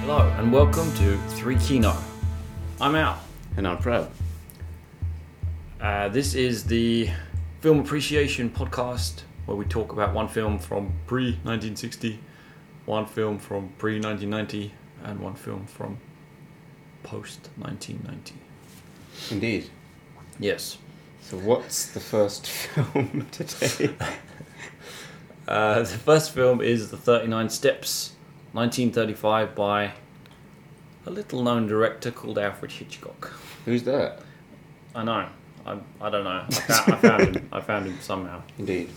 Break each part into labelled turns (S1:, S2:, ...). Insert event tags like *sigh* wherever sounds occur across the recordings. S1: Hello and welcome to 3 Kino. I'm Al.
S2: And I'm proud.
S1: Uh, this is the film appreciation podcast where we talk about one film from pre 1960, one film from pre 1990, and one film from post 1990.
S2: Indeed.
S1: Yes.
S2: So, what's the first *laughs* film today?
S1: Uh, the first film is The 39 Steps, 1935, by a little known director called Alfred Hitchcock.
S2: Who's that?
S1: I know. I, I don't know. I found, I found him. I found him somehow.
S2: Indeed.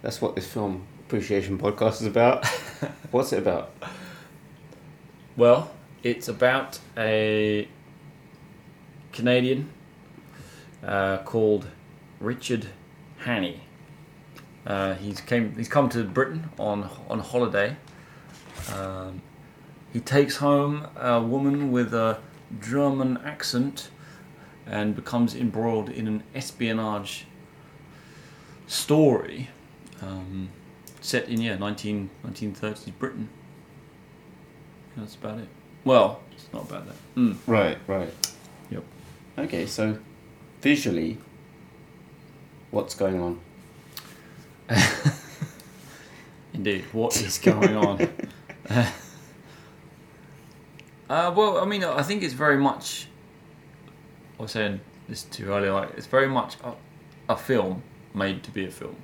S2: That's what this film appreciation podcast is *laughs* about. what's it about?
S1: Well, it's about a Canadian uh, called Richard Hannay. Uh, he's came. He's come to Britain on on holiday. Um, he takes home a woman with a German accent, and becomes embroiled in an espionage story um, set in yeah 19, 1930s Britain. That's about it. Well, it's not about that. Mm.
S2: Right, right.
S1: Yep.
S2: Okay, so visually, what's going on?
S1: Indeed. What is going *laughs* on? uh, well, I mean, I think it's very much. I was saying this too earlier. Like, it's very much a, a film made to be a film,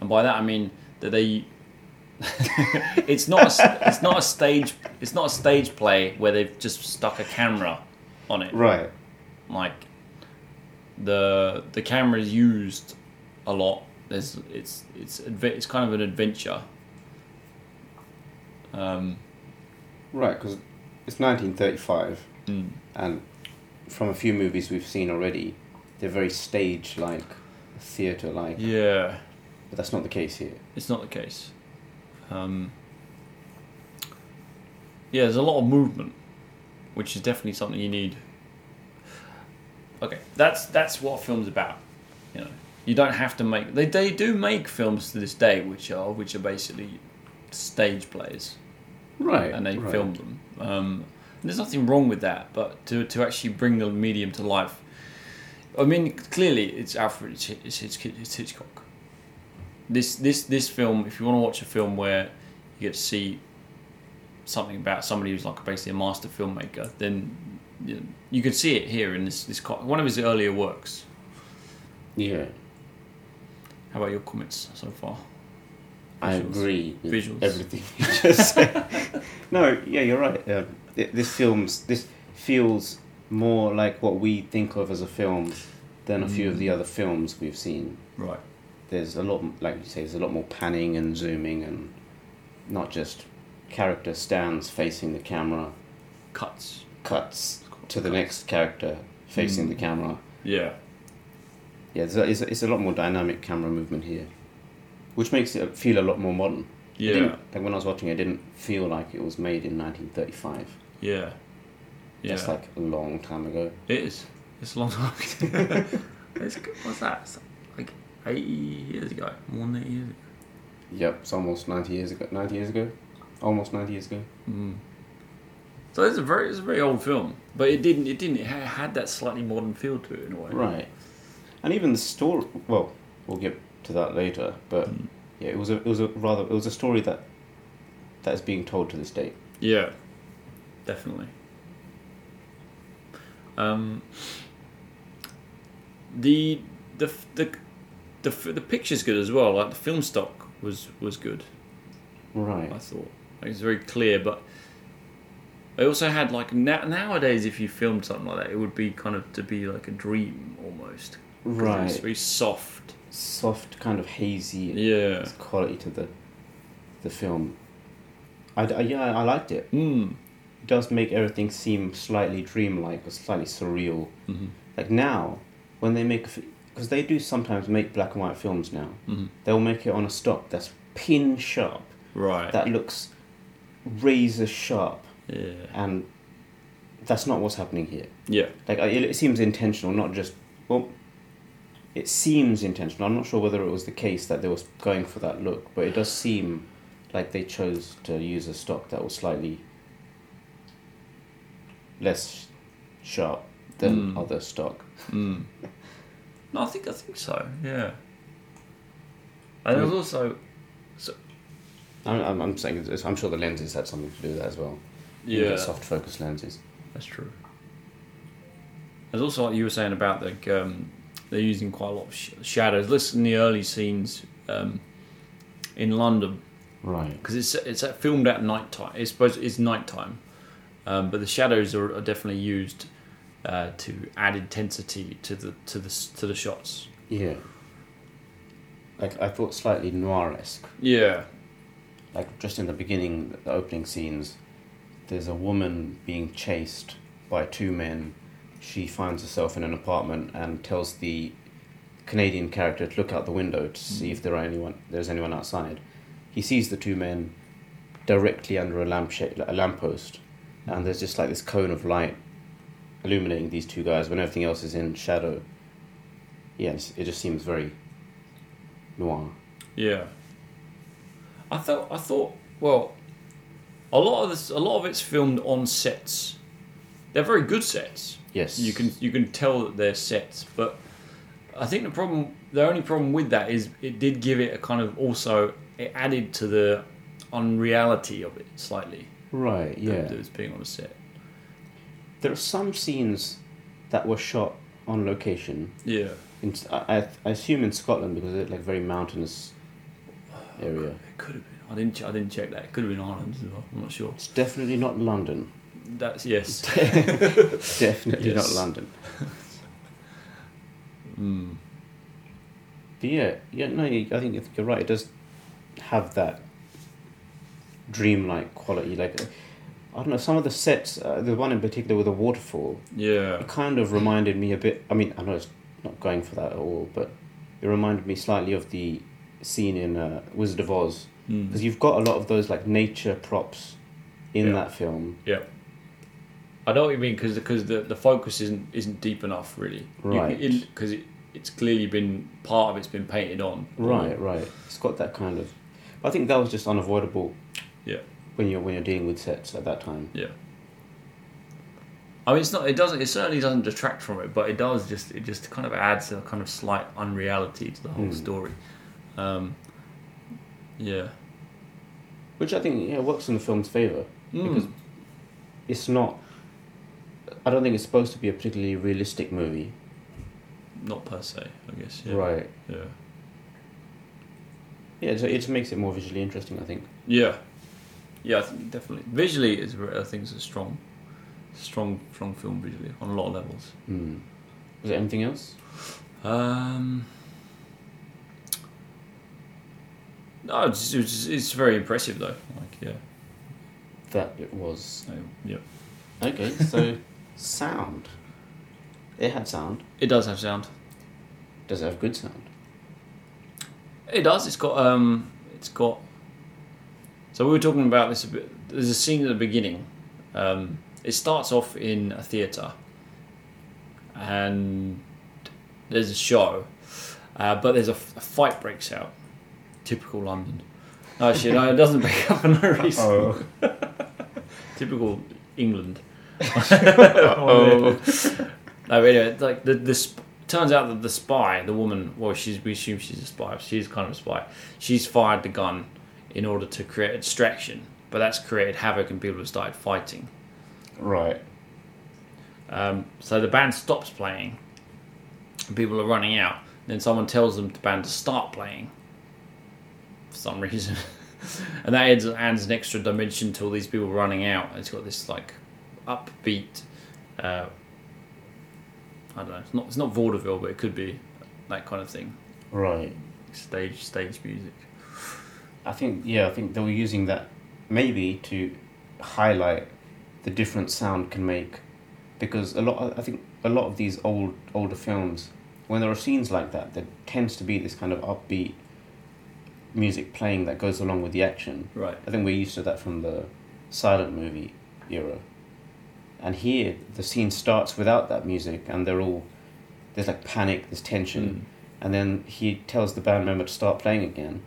S1: and by that I mean that they. *laughs* it's not. A, s- it's not a stage. It's not a stage play where they've just stuck a camera on it.
S2: Right.
S1: like the the camera is used a lot. There's it's it's adve- it's kind of an adventure. Um,
S2: Right, because it's 1935,
S1: mm,
S2: and from a few movies we've seen already, they're very stage like, theatre like,
S1: yeah,
S2: but that's not the case here.
S1: it's not the case. Um, yeah, there's a lot of movement, which is definitely something you need. Okay, that's that's what a film's about. You know, you don't have to make they they do make films to this day, which are which are basically stage plays.
S2: Right.
S1: and they filmed them. Um, and there's nothing wrong with that, but to, to actually bring the medium to life, I mean, clearly it's Alfred it's, it's, Hitch- it's Hitchcock. This this this film, if you want to watch a film where you get to see something about somebody who's like basically a master filmmaker, then you, you can see it here in this this co- one of his earlier works.
S2: Yeah.
S1: How about your comments so far?
S2: I
S1: Visuals.
S2: agree with
S1: Visuals.
S2: everything you just said.
S1: *laughs*
S2: no, yeah, you're right. Um, thi- this film's this feels more like what we think of as a film than a few of
S1: Mm.
S2: the other films we've seen.
S1: Right.
S2: There's a lot, m- like you say, there's a lot more panning and zooming, and not just character stands facing the camera,
S1: Cuts.
S2: cuts to the next character facing
S1: Mm.
S2: the camera.
S1: Yeah.
S2: Yeah, it's a, it's, a, it's a lot more dynamic camera movement here, which makes it feel a lot more modern. It
S1: Yeah.
S2: didn't- like when I was watching, it didn't feel like it was made in 1935.
S1: Yeah. Yeah.
S2: That's like a long time ago.
S1: It is. It's a long time. *laughs* it's, what's that? It's like 80 years ago. More than 80 years ago.
S2: Yep, it's almost 90 years ago. 90 years ago, almost 90 years ago.
S1: So it's a very, it's a very old film, but it didn't, it didn't, it ha- had that slightly modern feel to it in a way.
S2: Right, and even the story. Well, we'll get to that later. But
S1: Mm.
S2: yeah, it was a it was a rather it was a story that that is being told to this day.
S1: Yeah, definitely. Um, the the f- the the f- the picture's good as well. Like the film stock was was good.
S2: Right.
S1: I thought it was very clear, but I also had like na- nowadays, if you filmed something like that, it would be kind of to be like a dream almost. 'Cause it was
S2: Right.
S1: very soft.
S2: Soft, kind of hazy
S1: Yeah.
S2: quality to the the film. I, d- I- yeah, I liked it.
S1: Mm.
S2: It does make everything seem slightly dreamlike or slightly surreal.
S1: Mhm.
S2: Like now, when they make, because they do sometimes make black and white films now,
S1: Mhm.
S2: they'll make it on a stock that's pin sharp,
S1: Right.
S2: that looks razor sharp,
S1: yeah.
S2: and that's not what's happening here.
S1: Yeah.
S2: Like I- it, it seems intentional, not just well. It seems intentional. I'm not sure whether it was the case that they was going for that look, but it does seem like they chose to use a stock that was slightly less sharp than
S1: Hmm.
S2: other stock.
S1: Mm. No, I think I think so. Yeah. And there's also
S2: I'm, I'm, I'm saying it's, I'm sure the lenses had something to do with that as well. You get
S1: yeah,
S2: soft focus lenses.
S1: that's true. There's also like you were saying about like um, they're using quite a lot of sh- shadows. Listen, the early scenes um, in London
S2: Right.
S1: because it's it's uh, filmed at night time. It's supposed it's nighttime, um, but the shadows are, are definitely used uh, to add intensity to the to the s- to the shots.
S2: Yeah. Like I thought, slightly noir-esque.
S1: Yeah,
S2: Like just in the beginning, the opening scenes, there's a woman being chased by two men. She finds herself in an apartment and tells the Canadian character to look out the window to
S1: Mm-hmm.
S2: see if there are anyone. There's anyone outside. He sees the two men directly under a lamp shade, a lamppost, and there's just like this cone of light illuminating these two guys when everything else is in shadow. Yes, it just seems very noir.
S1: yeah. I thought I thought well, a lot of this a lot of it's filmed on sets. They're very good sets.
S2: Yes,
S1: You can you can tell that they're sets, but I think the problem the only problem with that is it did give it a kind of also it added to the unreality of it slightly.
S2: right.
S1: Yeah,
S2: Yeah,
S1: that was being on a set.
S2: there are some scenes that were shot on location.
S1: Yeah,
S2: In, I, I- I assume in Scotland because it's like very mountainous area.
S1: it could have been. I didn't. ch- I didn't check that. It could have been Ireland as well. I'm not sure.
S2: It's definitely not London. *laughs*
S1: That's *laughs* yes.
S2: Definitely
S1: Yes.
S2: not London.
S1: mm.
S2: But yeah, yeah, no, you- I think you're right. It does have that dreamlike quality. Like, I don't know, some of the sets, uh, the one in particular with the waterfall,
S1: Yeah.
S2: it kind of reminded me a bit. I mean, I know it's not going for that at all, but it reminded me slightly of the scene in uh, Wizard of Oz
S1: Mm.
S2: because you've got a lot of those like nature props in
S1: Yeah.
S2: that film.
S1: I know what you mean because because the, the focus isn't isn't deep enough really.
S2: Right.
S1: Because it, it's clearly been part of it's been painted on.
S2: Right, right. It's got that kind of. I think that was just unavoidable.
S1: Yeah.
S2: When you're when you're dealing with sets at that time.
S1: Yeah. I mean, it's not. It doesn't. It certainly doesn't detract from it, but it does just. It just kind of adds a kind of slight unreality to the whole
S2: Hmm.
S1: story. Um, yeah.
S2: which I think yeah works in the film's favor because
S1: Mm.
S2: it's not. I don't think it's supposed to be a particularly realistic movie,
S1: Not per se, I guess. Yeah.
S2: right?
S1: Yeah.
S2: Yeah, so it just makes it more visually interesting. I think.
S1: Yeah. Yeah, I think definitely. Visually, it's ver- I think it's a strong, strong, strong film visually on a lot of levels.
S2: Mm. Was there anything else?
S1: Um, no, it's, it's, it's very impressive though. Like, yeah,
S2: That it was.
S1: I- yeah,
S2: Okay, *laughs* so sound. It had sound.
S1: it does have sound.
S2: Does it have good sound?
S1: It does. It's got um, it's got. So we were talking about this a bit. There's a scene at the beginning. Um, it starts off in a theater, and there's a show, uh, but there's a, f- a fight breaks out. Typical London. No, actually, no, it doesn't *laughs* break out for no reason. *laughs* Typical England. *laughs*
S2: Uh-oh.
S1: No, but anyway, like the the sp- turns out that the spy, the woman, well, she's we assume she's a spy. She's kind of a spy. She's fired the gun in order to create a distraction, but that's created havoc and people have started fighting.
S2: Right.
S1: Um, so the band stops playing, and people are running out. Then someone tells them the band to start playing for some *laughs* reason, and that adds, adds an extra dimension to all these people running out. It's got this like upbeat. Uh, I don't know. It's not. It's not vaudeville, but it could be that kind of thing.
S2: Right.
S1: Stage stage music.
S2: I think yeah, I think they were using that maybe to highlight the different sound can make because a lot I think a lot of these old older films when there are scenes like that there tends to be this kind of upbeat music playing that goes along with the action.
S1: Right.
S2: I think we're used to that from the silent movie era. And here, the scene starts without that music, and they're all there's like panic, there's tension, and then he tells the band member to start playing again,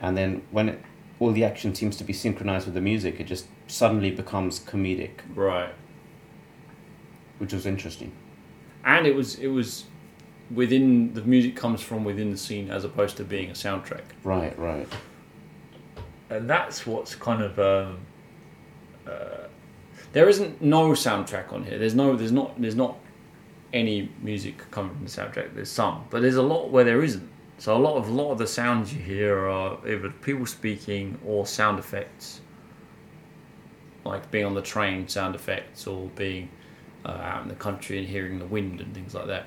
S2: and then when it, all the action seems to be synchronized with the music, it just suddenly becomes comedic.
S1: Right.
S2: which was interesting.
S1: and it was it was within the music comes from within the scene as opposed to being a soundtrack.
S2: Right, right.
S3: and that's what's kind of um, uh,
S1: There isn't no soundtrack on here. There's no there's not there's not any music coming from the soundtrack. There's some, but there's a lot where there isn't. So a lot of lot of the sounds you hear are either people speaking or sound effects, like being on the train sound effects or being uh, out in the country and hearing the wind and things like that.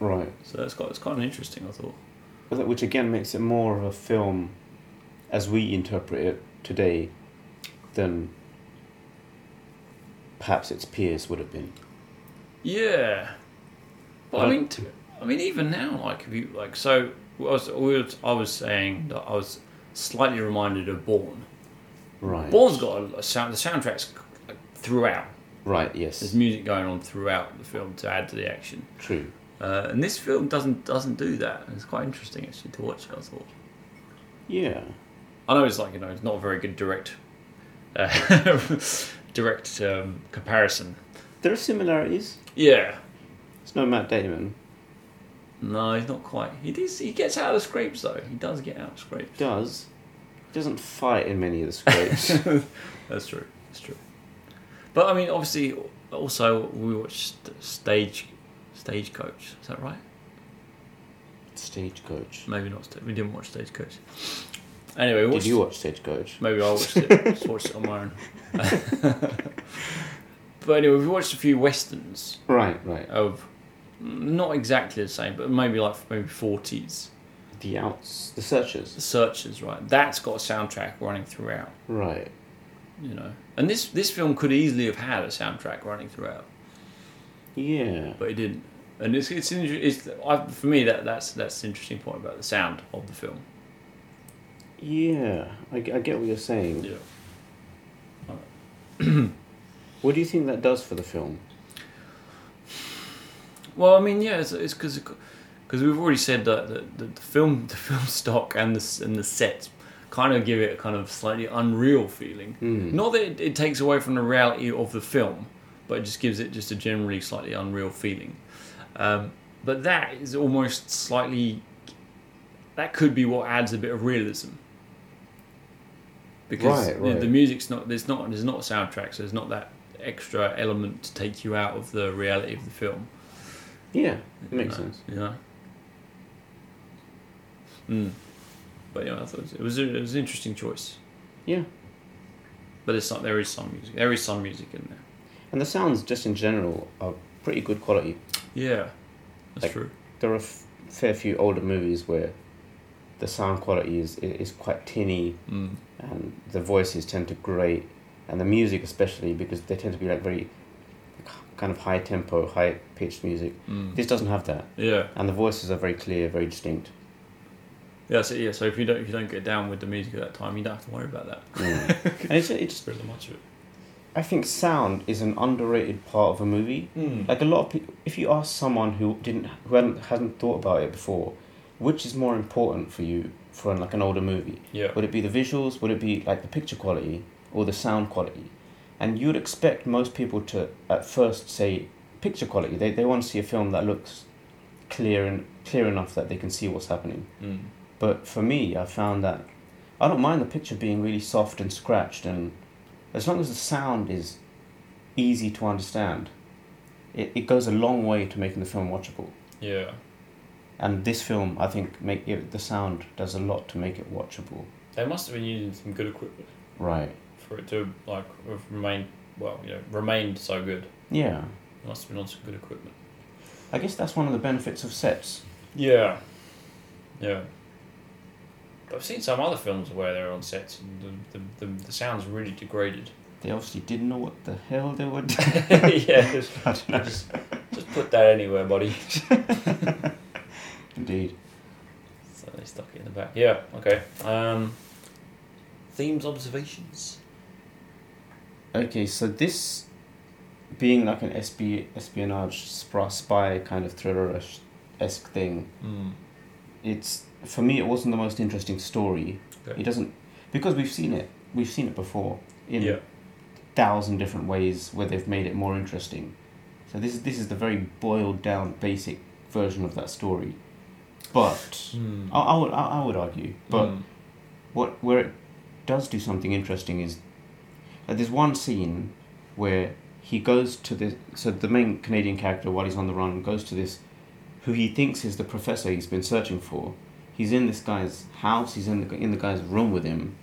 S2: Right.
S1: So it's quite it's quite interesting. I thought.
S2: But that- Which again makes it more of a film as we interpret it today than perhaps its peers would have been.
S1: Yeah, but I
S2: Right.
S1: mean, t I mean, even now, like if you like, so I was, we were- I was saying that I was slightly reminded of Born.
S2: Right.
S1: Born's got a, a sound. The soundtrack's like, throughout.
S2: Right, yes.
S1: There's music going on throughout the film to add to the action,
S2: True.
S1: uh, and this film doesn't doesn't do that. And it's quite interesting actually to watch. I thought.
S2: Yeah.
S1: I know it's like you know it's not a very good direct, uh, *laughs* direct um, comparison.
S2: There are similarities.
S1: Yeah.
S2: It's no Matt Damon.
S1: No, he's not quite. He does, He gets out of the scrapes though. He does get out of scrapes.
S2: Does. Doesn't fight in many of the scrapes.
S1: *laughs* That's true. That's true. But I mean, obviously, also we watched stage, stagecoach. Is that right?
S2: Stagecoach.
S1: Maybe not. Sta- We didn't watch stagecoach. Anyway, we
S2: Did
S1: watched,
S2: you watch Stagecoach?
S1: maybe I watched it.
S2: *laughs*
S1: Just watched it on my own. *laughs* but anyway, we watched a few westerns
S2: Right, right.
S1: of not exactly the same, but maybe like maybe forties.
S2: The outs, the searchers.
S1: The Searchers, right? That's got a soundtrack running throughout.
S2: Right.
S1: You know, and this this film could easily have had a soundtrack running throughout.
S2: Yeah.
S1: but it didn't. And it's it's, inter- it's I, for me that that's that's the interesting point about the sound of the film.
S2: Yeah. I, g- I get what you're saying.
S1: Yeah.
S2: What do you think that does for the film?
S1: Well, I mean, yeah, it's it's because because we've already said that the, the, the film *laughs* the film stock and the s- and the sets kind of give it a kind of slightly unreal feeling.
S2: Hmm.
S1: Not that it, it takes away from the reality of the film, but it just gives it just a generally slightly unreal feeling. Um, but that is almost slightly. That could be what adds a bit of realism. Because
S2: Right,
S1: the-
S2: right.
S1: the music's not there's not there's not a soundtrack, so there's not that extra element to take you out of the reality of the film.
S2: Yeah. It makes
S1: No,
S2: sense.
S1: Yeah. Mm. But yeah, I thought it was it was an interesting choice.
S2: Yeah.
S1: But it's not. There is some music. There is some music in there.
S2: And the sounds, just in general, are pretty good quality.
S1: Yeah, that's
S2: Like-
S1: true.
S2: There are a f- fair few older movies where the sound quality is, i- is quite tinny
S1: Mm.
S2: and the voices tend to grate and the music especially because they tend to be like very kind of high tempo, high pitched music.
S1: Mm.
S2: This doesn't have that.
S1: Yeah,
S2: And the voices are very clear, very distinct.
S1: yeah. So yeah, so if you don't if you don't get down with the music at that time, you don't have to worry about that.
S2: Mm. and it's, it's,
S1: It's really much of it.
S2: I think sound is an underrated part of a movie.
S1: Mm.
S2: Like a lot of people, if you ask someone who didn't, who hadn't, hadn't thought about it before, which is more important for you for like an older movie?
S1: Yeah.
S2: Would it be the visuals? Would it be like the picture quality or the sound quality? And you'd expect most people to at first say picture quality. They they want to see a film that looks clear and clear enough that they can see what's happening.
S1: Mm.
S2: But for me, I found that I don't mind the picture being really soft and scratched, and as long as the sound is easy to understand, it, it goes a long way to making the film watchable.
S1: Yeah.
S2: And this film, I think, make it, the sound does a lot to make it watchable.
S1: They must have been using some good equipment
S2: Right.
S1: for it to like have remained well, you know, remained so good.
S2: Yeah.
S1: It must have been on some good equipment.
S2: I guess that's one of the benefits of sets.
S1: Yeah. Yeah. But I've seen some other films where they're on sets and the, the, the, the sound's really
S2: *laughs*
S1: degraded.
S2: They obviously didn't know what the hell they *laughs* were doing.
S1: yeah, just,
S2: *laughs* I don't know.
S1: just, just put that anywhere, buddy.
S2: Indeed.
S1: So they stuck it in the back. Yeah, okay. Um, themes, observations?
S2: Okay, so this being like an SB, espionage spra- spy kind of thriller esque thing,
S1: Mm.
S2: it's for me it wasn't the most interesting story
S1: Okay.
S2: it doesn't because we've seen it we've seen it before in
S1: Yeah.
S2: a thousand different ways where they've made it more interesting So this is this is the very boiled down basic version of that story, but
S1: Mm.
S2: I, I would I, I would argue, but
S1: Mm.
S2: what where it does do something interesting is like there's one scene where he goes to this so the main Canadian character while he's on the run goes to this who he thinks is the professor he's been searching for. He's in this guy's house, he's in the in the guy's room with him,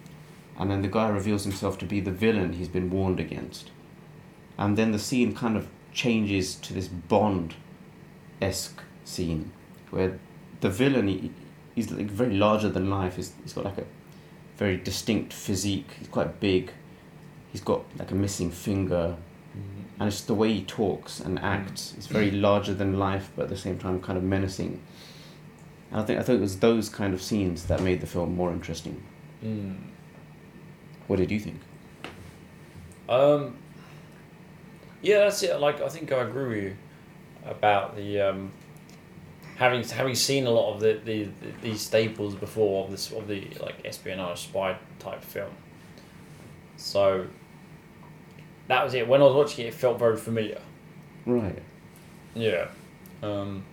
S2: and then the guy reveals himself to be the villain he's been warned against. And then the scene kind of changes to this Bond esque scene where the villain he, he's like very larger than life, he's, he's got like a very distinct physique. He's quite big. He's got like a missing finger, and it's the way he talks and acts. It's very larger than life, but at the same time, kind of menacing. And I think I thought it was those kind of scenes that made the film more interesting.
S1: Mm.
S2: What did you think?
S1: Um, yeah, that's it. Like I think I agree with you about the um, having having seen a lot of the, the, the these staples before of this of the like espionage spy type film. So that was it. When I was watching it, it felt very familiar.
S2: Right.
S1: Yeah. Um,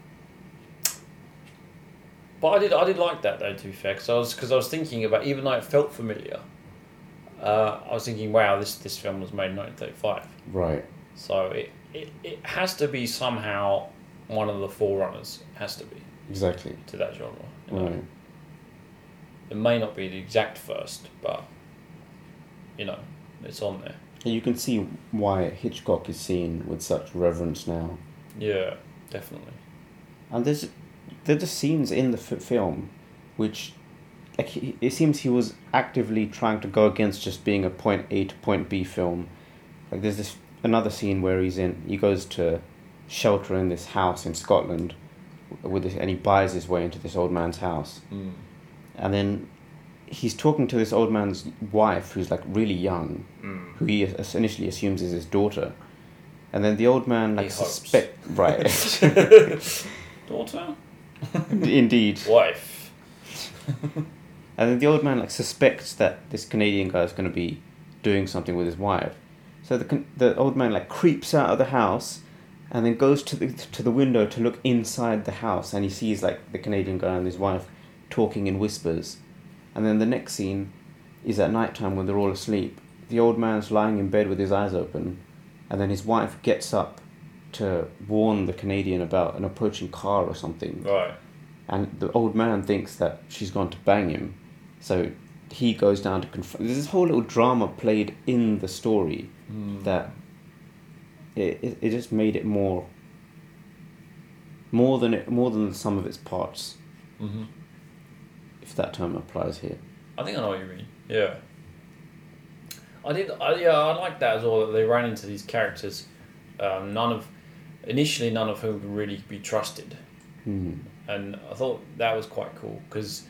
S1: but I did I did like that though to be fair because I was because I was thinking about even though it felt familiar, uh, I was thinking wow this this film was made in nineteen thirty five
S2: Right.
S1: so it, it it has to be somehow one of the forerunners It has to be
S2: Exactly.
S1: to that genre. you know. It may not be the exact first, but you know it's on there.
S2: And you can see why Hitchcock is seen with such reverence now.
S1: Yeah, definitely.
S2: And there's there are just scenes in the f- film which like he, it seems he was actively trying to go against just being a point A to point B film. Like there's this another scene where he's in he goes to shelter in this house in Scotland with this, and he buys his way into this old man's house
S1: Mm.
S2: and then he's talking to this old man's wife who's like really young
S1: Mm.
S2: who he as- initially assumes is his daughter and then the old man like
S1: He hopes.
S2: suspect
S1: *laughs*
S2: right
S1: *laughs* Daughter,
S2: indeed
S1: wife.
S2: And then the old man like suspects that this Canadian guy is going to be doing something with his wife. So the con- the old man like creeps out of the house, and then goes to the to the window to look inside the house, and he sees like the Canadian guy and his wife talking in whispers. And then the next scene is at night time when they're all asleep. The old man's lying in bed with his eyes open, and then his wife gets up to warn the Canadian about an approaching car or something
S1: Right.
S2: and the old man thinks that she's gone to bang him, so he goes down to confront. There's this whole little drama played in the story
S1: Mm.
S2: that it, it, it just made it more more than it more than the sum of its parts,
S1: hmm
S2: if that term applies here.
S1: I think I know what you mean. Yeah. I did. I, yeah, I like that as well. That they ran into these characters, um, none of, initially none of whom could really be trusted,
S2: Hmm.
S1: and I thought that was quite cool because,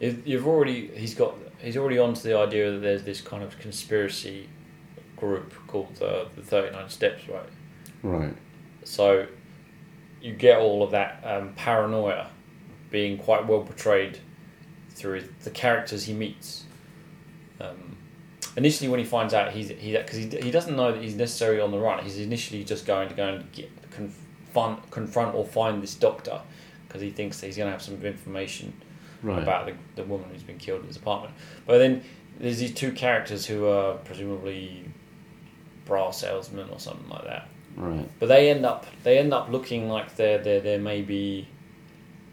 S1: you've already he's got he's already onto the idea that there's this kind of conspiracy, group called uh, the Thirty Nine Steps, right?
S2: Right.
S1: So, you get all of that um, paranoia, being quite well portrayed through the characters he meets. Um, initially, when he finds out he's he because he, he doesn't know that he's necessarily on the run. He's initially just going to go and get confront confront or find this doctor because he thinks that he's going to have some information
S2: Right.
S1: about the, the woman who's been killed in his apartment. But then there's these two characters who are presumably bra salesmen or something like that.
S2: Right.
S1: But they end up they end up looking like they're they're they're maybe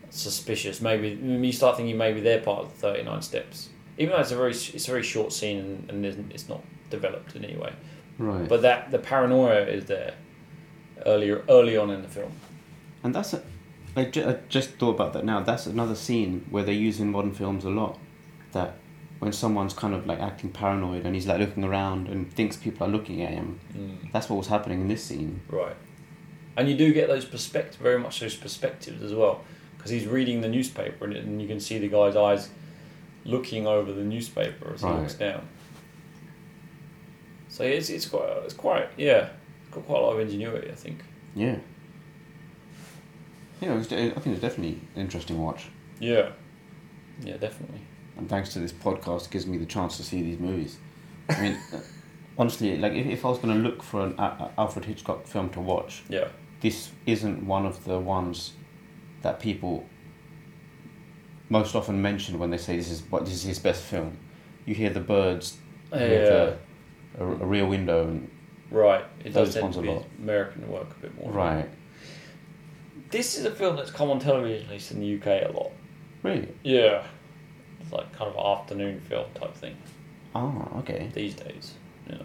S1: suspicious. Maybe you start thinking maybe they're part of the thirty nine steps. Even though it's a very it's a very short scene and, and there's- it's not developed in any way.
S2: Right.
S1: But that the paranoia is there earlier early on in the film.
S2: and that's a. I, ju- I just thought about that now. That's another scene where they use in modern films a lot. That when someone's kind of like acting paranoid and he's like looking around and thinks people are looking at him, That's what was happening in this scene.
S1: Right. And you do get those perspectives, very much those perspectives as well, because he's reading the newspaper and, and you can see the guy's eyes looking over the newspaper as he
S2: Right.
S1: looks down. So it's, it's quite, it's quite, yeah, it's got quite a lot of ingenuity, I think.
S2: Yeah. Yeah, it was, I think it was definitely an interesting watch.
S1: Yeah. Yeah, definitely.
S2: And thanks to this podcast, it gives me the chance to see these movies. I *laughs* mean, honestly, like if, if I was going to look for an A- A- Alfred Hitchcock film to watch,
S1: Yeah.
S2: this isn't one of the ones that people most often mention when they say this is what this is his best film. You hear the birds, you hear
S1: Yeah.
S2: the, a, a rear window, and,
S1: Right. It does
S2: uh, Those
S1: tend
S2: ones
S1: to
S2: a
S1: be
S2: lot.
S1: American work a bit more.
S2: right?
S1: This is a film that's come on television, at least in the UK, a lot.
S2: Really?
S1: Yeah. It's like kind of afternoon film type thing
S2: Ah, okay.
S1: these days. You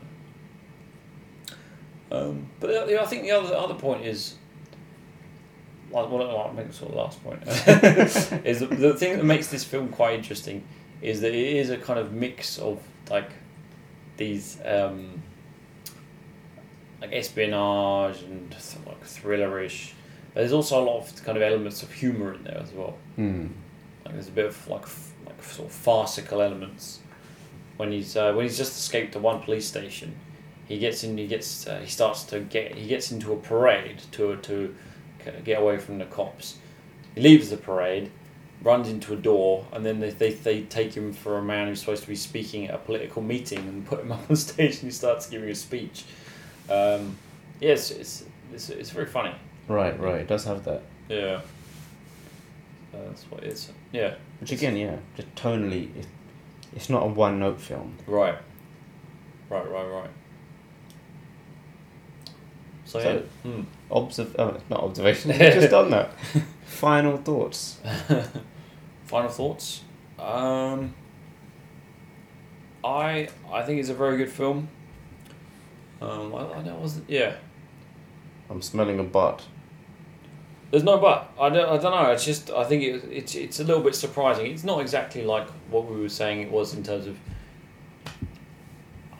S1: know. Um, but the- the- I think the other other point is, like, well, I think sort of last point *laughs* is the, the thing that makes this film quite interesting is that it is a kind of mix of like these um, like espionage and th- like thrillerish. But there's also a lot of kind of elements of humor in there as well.
S2: Hmm.
S1: Like there's a bit of like f- like sort of farcical elements when he's uh, when he's just escaped to one police station. He gets in. He gets. Uh, he starts to get. He gets into a parade to to c- get away from the cops. He leaves the parade, runs into a door, and then they, they they take him for a man who's supposed to be speaking at a political meeting and put him *laughs* up on stage and he starts giving a speech. Um, yes, it's, it's it's very funny.
S2: Right, right. It does have that.
S1: Yeah. Uh, that's what it's. Yeah.
S2: Which again, yeah, just tonally, it, it's not a one note film.
S1: Right. Right, right, right. So,
S2: So-
S1: yeah. Mm.
S2: Observ- oh, not observation. *laughs* We've just done that. Final thoughts.
S1: Final thoughts. Um, I I think it's a very good film. Um, I, I don't wasn't yeah.
S2: I'm smelling a butt.
S1: There's no but. I don't, I don't know. It's just I think it, it's it's a little bit surprising. It's not exactly like what we were saying it was in terms of.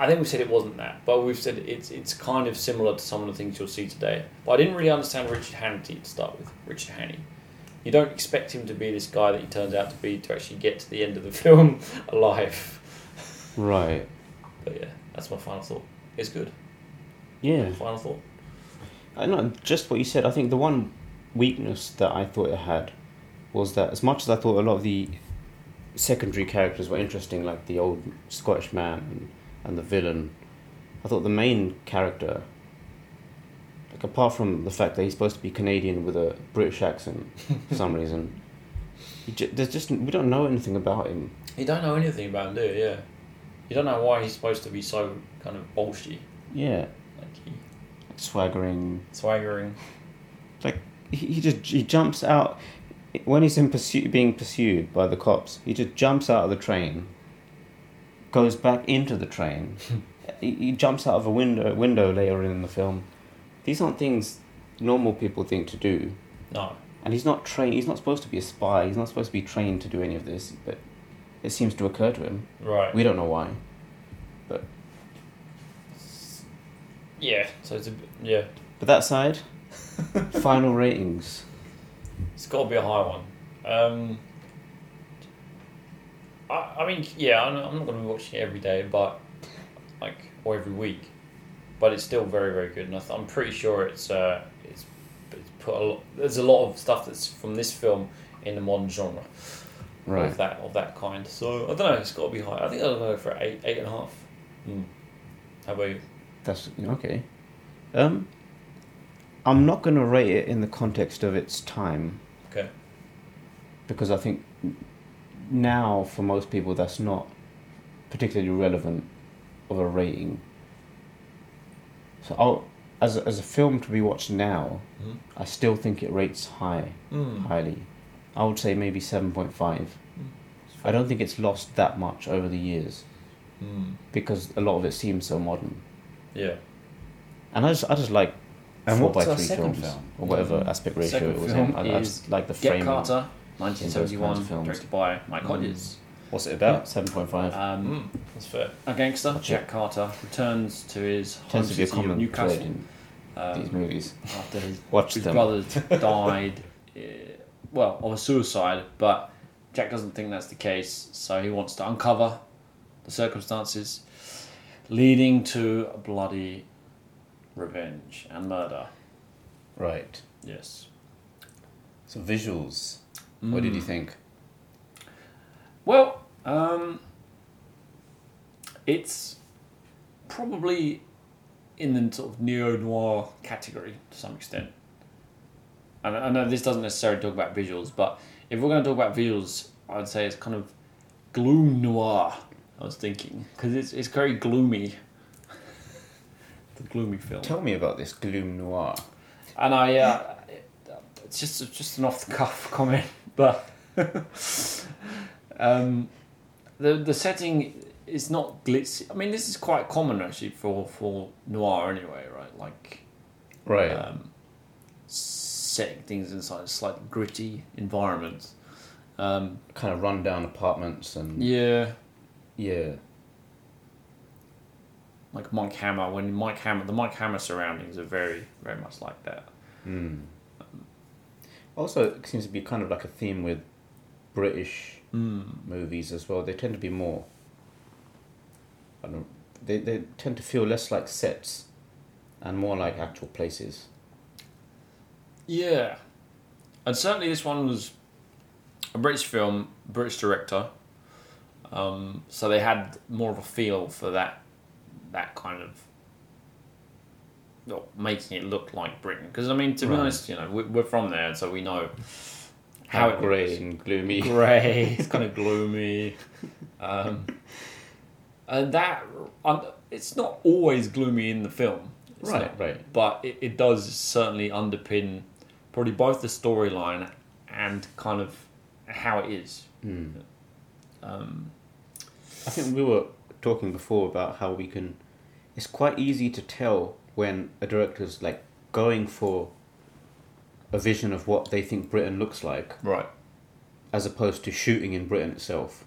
S1: I think we said it wasn't that, but we've said it's it's kind of similar to some of the things you'll see today. But I didn't really understand Richard Hannity to start with. Richard Hannity. You don't expect him to be this guy that he turns out to be to actually get to the end of the *laughs* film alive.
S2: Right.
S1: But yeah, that's my final thought. It's good.
S2: Yeah.
S1: Final thought.
S2: I know Uh, just what you said. I think the one weakness that I thought it had was that as much as I thought a lot of the secondary characters were interesting, like the old Scottish man and, and the villain, I thought the main character, like apart from the fact that he's supposed to be Canadian with a British accent for some reason, he ju- there's just we don't know anything about him.
S1: You don't know anything about him, do you? Yeah. You don't know why he's supposed to be so kind of bolshy.
S2: Yeah,
S1: Like he
S2: swaggering.
S1: swaggering.
S2: he he just he jumps out when he's in pursuit being pursued by the cops he just jumps out of the train goes back into the train he, he jumps out of a window window later in the film these aren't things normal people think to do
S1: No.
S2: and he's not trained he's not supposed to be a spy he's not supposed to be trained to do any of this but it seems to occur to him
S1: Right.
S2: we don't know why
S1: yeah. So it's a bit- yeah.
S2: but that side final ratings
S1: It's got to be a high one. Um. I, I mean yeah I'm, I'm not gonna be watching it every day but like or every week, but it's still very very good and I th- I'm pretty sure it's uh it's, it's put a lot there's a lot of stuff that's from this film in the modern genre.
S2: right
S1: of that of that kind. So I don't know. It's got to be high. I think I'll go for eight, eight and a half. Hmm. How about you?
S2: That's okay. Um, I'm not going to rate it in the context of its time
S1: Okay.
S2: because I think now for most people that's not particularly relevant of a rating. So I'll, as a, as a film to be watched now,
S1: Mhm.
S2: I still think it rates high,
S1: Mm.
S2: highly. I would say maybe seven point five. I don't think it's lost that much over the years Hmm.
S1: Mm.
S2: because a lot of it seems so modern.
S1: Yeah.
S2: And I just, I just like
S4: And
S2: four
S4: what's
S2: by
S4: our
S2: three
S4: second
S2: films
S4: film?
S2: or whatever
S1: Mm.
S2: aspect ratio
S4: Second
S2: it was
S4: film
S2: in. I, I
S4: is
S2: just like the
S4: Get
S2: framing.
S4: Carter,
S2: In
S4: 1971,
S2: those kinds of films. Hmm.
S4: directed by Mike Hodges.
S2: What's it
S4: about?
S2: Seven point five.
S4: Um,
S1: Mm. That's fair.
S4: A gangster, Jack Carter, returns to his home
S2: Tends to
S4: city
S2: be a
S4: of
S2: common thread
S4: Newcastle
S2: in these
S4: um,
S2: movies.
S4: after his,
S2: Watch
S4: his
S2: them.
S4: brother
S2: *laughs*
S4: died, uh, well, of a suicide, but Jack doesn't think that's the case, so he wants to uncover the circumstances leading to bloody revenge and murder.
S2: Right.
S4: Yes.
S2: So visuals.
S1: Hmm.
S4: What did you
S2: think?
S4: Well, um, it's probably in the sort of neo noir category to some extent.
S1: and I know this doesn't necessarily talk about visuals, but if we're going to talk about visuals, I'd say it's kind of gloom noir. I was thinking because it's it's very gloomy. *laughs* the gloomy film,
S2: Tell me about this gloom noir.
S1: and I uh, it's just it's just an off the cuff *laughs* comment, but um, the the setting is not glitzy. I mean, this is quite common actually for for noir anyway, right? Like
S2: Right.
S1: um, setting things inside a slightly gritty environment. Um,
S2: kind of rundown apartments and
S1: yeah,
S2: yeah.
S1: like Mike Hammer. When Mike Hammer, the Mike Hammer surroundings are very, very much like that.
S2: Mm. Also, it seems to be kind of like a theme with British
S1: Hmm.
S2: movies as well. They tend to be more. I don't. They they tend to feel less like sets, and more like actual places.
S1: Yeah, and certainly this one was a British film, British director. Um, so they had more of a feel for that, that kind of. well, making it look like Britain, because I mean, to
S2: Right.
S1: be honest, you know, we, we're from there, so we know how it
S2: grey and gloomy.
S1: grey. *laughs* It's kind of gloomy. Um, and that um, it's not always gloomy in the film, It's
S2: right,
S1: not.
S2: right.
S1: But it, it does certainly underpin probably both the storyline and kind of how it is.
S2: Mm.
S1: Um,
S2: I think we were talking before about how we can. It's quite easy to tell when a director's like going for a vision of what they think Britain looks like,
S1: right,
S2: as opposed to shooting in Britain itself.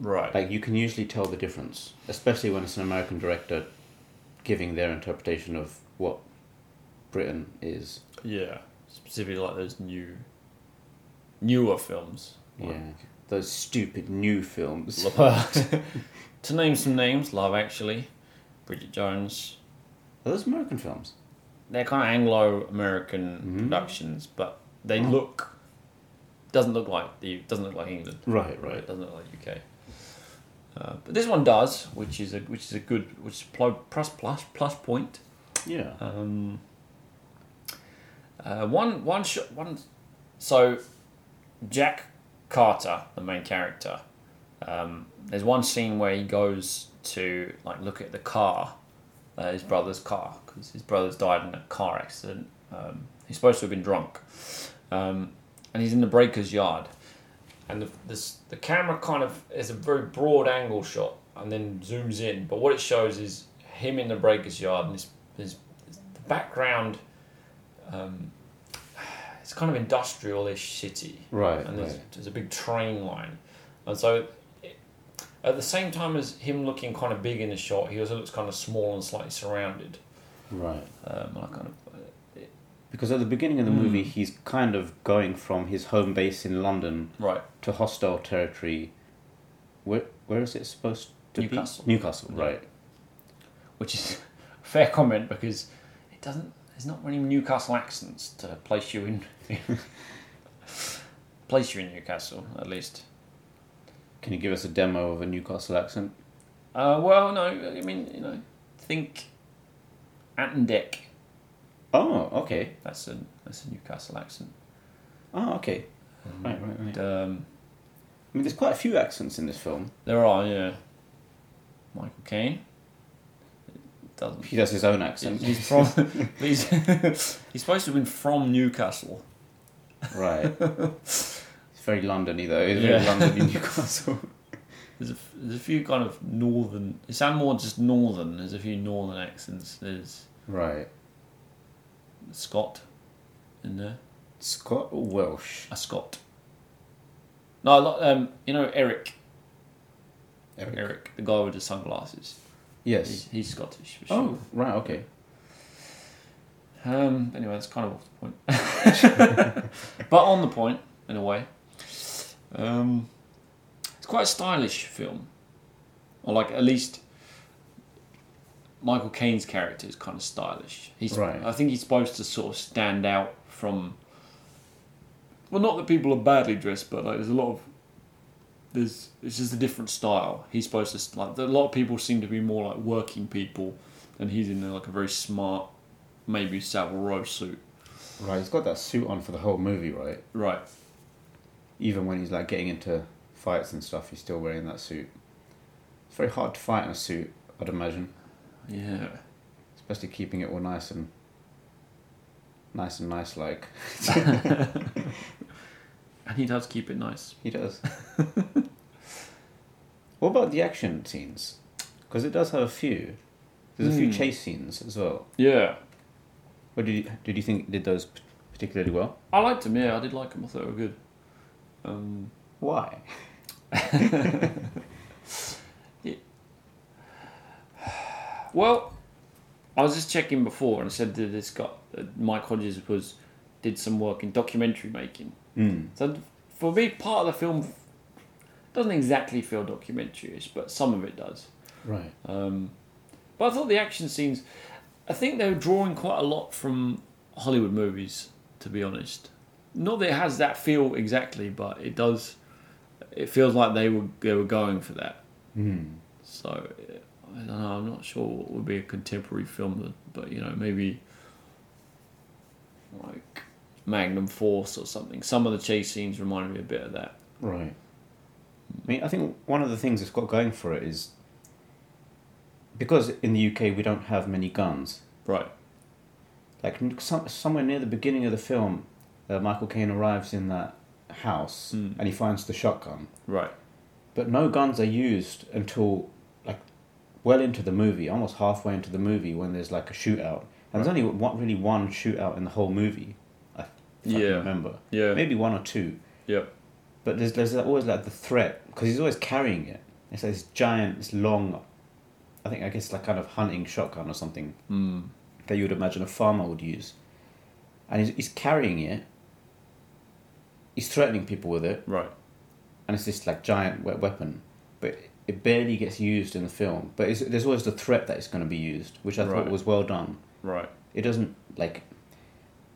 S1: right,
S2: Like you can usually tell the difference, especially when it's an American director giving their interpretation of what Britain is.
S1: yeah. Specifically, like those new, newer films.
S2: Yeah, those stupid new
S1: *laughs*
S2: films.
S1: Like- to name some names, Love Actually, Bridget Jones,
S2: Are those American films?
S1: they're kind of Anglo-American productions, but they look doesn't look like the doesn't look like England.
S2: Right,
S1: It doesn't look like UK. Uh, but this one does, which is a which is a good which is pl- plus plus plus point.
S2: Yeah.
S1: Um, uh, one one shot one. So, Jack Carter, the main character. Um, there's one scene where he goes to like look at the car, uh, his brother's car, because his brother's died in a car accident. Um, he's supposed to have been drunk, um, and he's in the breaker's yard. And the, this, the camera kind of is a very broad angle shot and then zooms in. But what it shows is him in the breaker's yard and this, this the background um, it's kind of industrial-ish city
S2: Right.
S1: and there's,
S2: right.
S1: there's a big train line and so it, at the same time as him looking kind of big in the shot he also looks kind of small and slightly surrounded
S2: Right.
S1: um, and I kind of
S2: Because at the beginning of the movie, he's kind of going from his home base in London
S1: right
S2: to hostile territory. Where where is it supposed to
S1: Newcastle.
S2: be? Newcastle. Right.
S1: which is *laughs* a fair comment because it doesn't there's not many Newcastle accents to place you in *laughs* place you in Newcastle at least
S2: Can you give us a demo of a Newcastle accent?
S1: uh, well no I mean you know think Attendeck
S2: Oh, okay.
S1: that's a that's a Newcastle accent
S2: Oh, okay. Right, right, right.
S1: and, um,
S2: I mean, there's quite a few accents in this film.
S1: There are, yeah. Michael Caine. Doesn't.
S2: He does his own accent.
S1: He's from.
S2: *laughs*
S1: *laughs* he's, he's supposed to have been from Newcastle.
S2: right. It's very Londony though. It's very
S1: Yeah.
S2: London in Newcastle.
S1: There's a, f- there's a few kind of northern. It sounds more just northern. There's a few northern accents. There's
S2: right.
S1: Scot in there.
S2: Scott or Welsh?
S1: A Scot. No, I lo- um, you know Eric.
S2: Eric.
S1: Eric, the guy with the sunglasses. He's,
S2: Yes.
S1: he's Scottish for sure.
S2: Oh, right. Okay.
S1: Um, anyway, that's kind of off the point. but on the point, in a way. Um, it's quite a stylish film. Or, like, at least Michael Caine's character is kind of stylish. He's,
S2: Right.
S1: I think he's supposed to sort of stand out from. Well, not that people are badly dressed, but like, there's a lot of. There's, it's just a different style. He's supposed to like a lot of people seem to be more like working people, and he's in there like a very smart, maybe Savile Row suit.
S2: Right, he's got that suit on for the whole movie, right?
S1: Right.
S2: Even when he's like getting into fights and stuff, he's still wearing that suit. It's very hard to fight in a suit, I'd imagine,
S1: Yeah.
S2: especially keeping it all nice and nice and nice like.
S1: *laughs* And he does keep it nice.
S2: He does. *laughs* what about the action scenes? Because it does have a few. There's a few
S1: Hmm.
S2: chase scenes as well.
S1: Yeah.
S2: What did you, did you think did those p- particularly well?
S1: I liked him, yeah. I did like him. I thought they were good. *laughs* Um,
S2: Why?
S1: well, I was just checking before and I said that this got that Mike Hodges was did some work in documentary making.
S2: Mm.
S1: So for me, part of the film doesn't exactly feel documentary-ish, but some of it does.
S2: Right.
S1: Um, but I thought the action scenes, I think they were drawing quite a lot from Hollywood movies, to be honest. Not that it has that feel exactly, but it does. It feels like they were they were going for that.
S2: Mm.
S1: So eh, I don't know. I'm not sure what would be a contemporary film, that- but you know maybe like Magnum Force or something. Some of the chase scenes reminded me a bit of that.
S2: Right. I mean, I think one of the things it's got going for it is because in the UK we don't have many guns.
S1: Right.
S2: Like n- some, somewhere near the beginning of the film, uh, Michael Caine arrives in that house
S1: Mm.
S2: and he finds the shotgun.
S1: Right.
S2: but no guns are used until like well into the movie, almost halfway into the movie, when there's like a shootout. And there's only one, really one shootout in the whole movie. I, if
S1: Yeah.
S2: I can remember
S1: Yeah.
S2: maybe one or two,
S1: Yeah.
S2: but there's there's always like the threat because he's always carrying it. It's like this giant, this long, I think I guess like kind of hunting shotgun or something
S1: Mm.
S2: that you would imagine a farmer would use, and he's, he's carrying it. He's threatening people with it
S1: Right.
S2: and it's this like giant we- weapon, but it barely gets used in the film. But it's, there's always the threat that it's going to be used, which I
S1: Right.
S2: thought was well done.
S1: Right.
S2: It doesn't like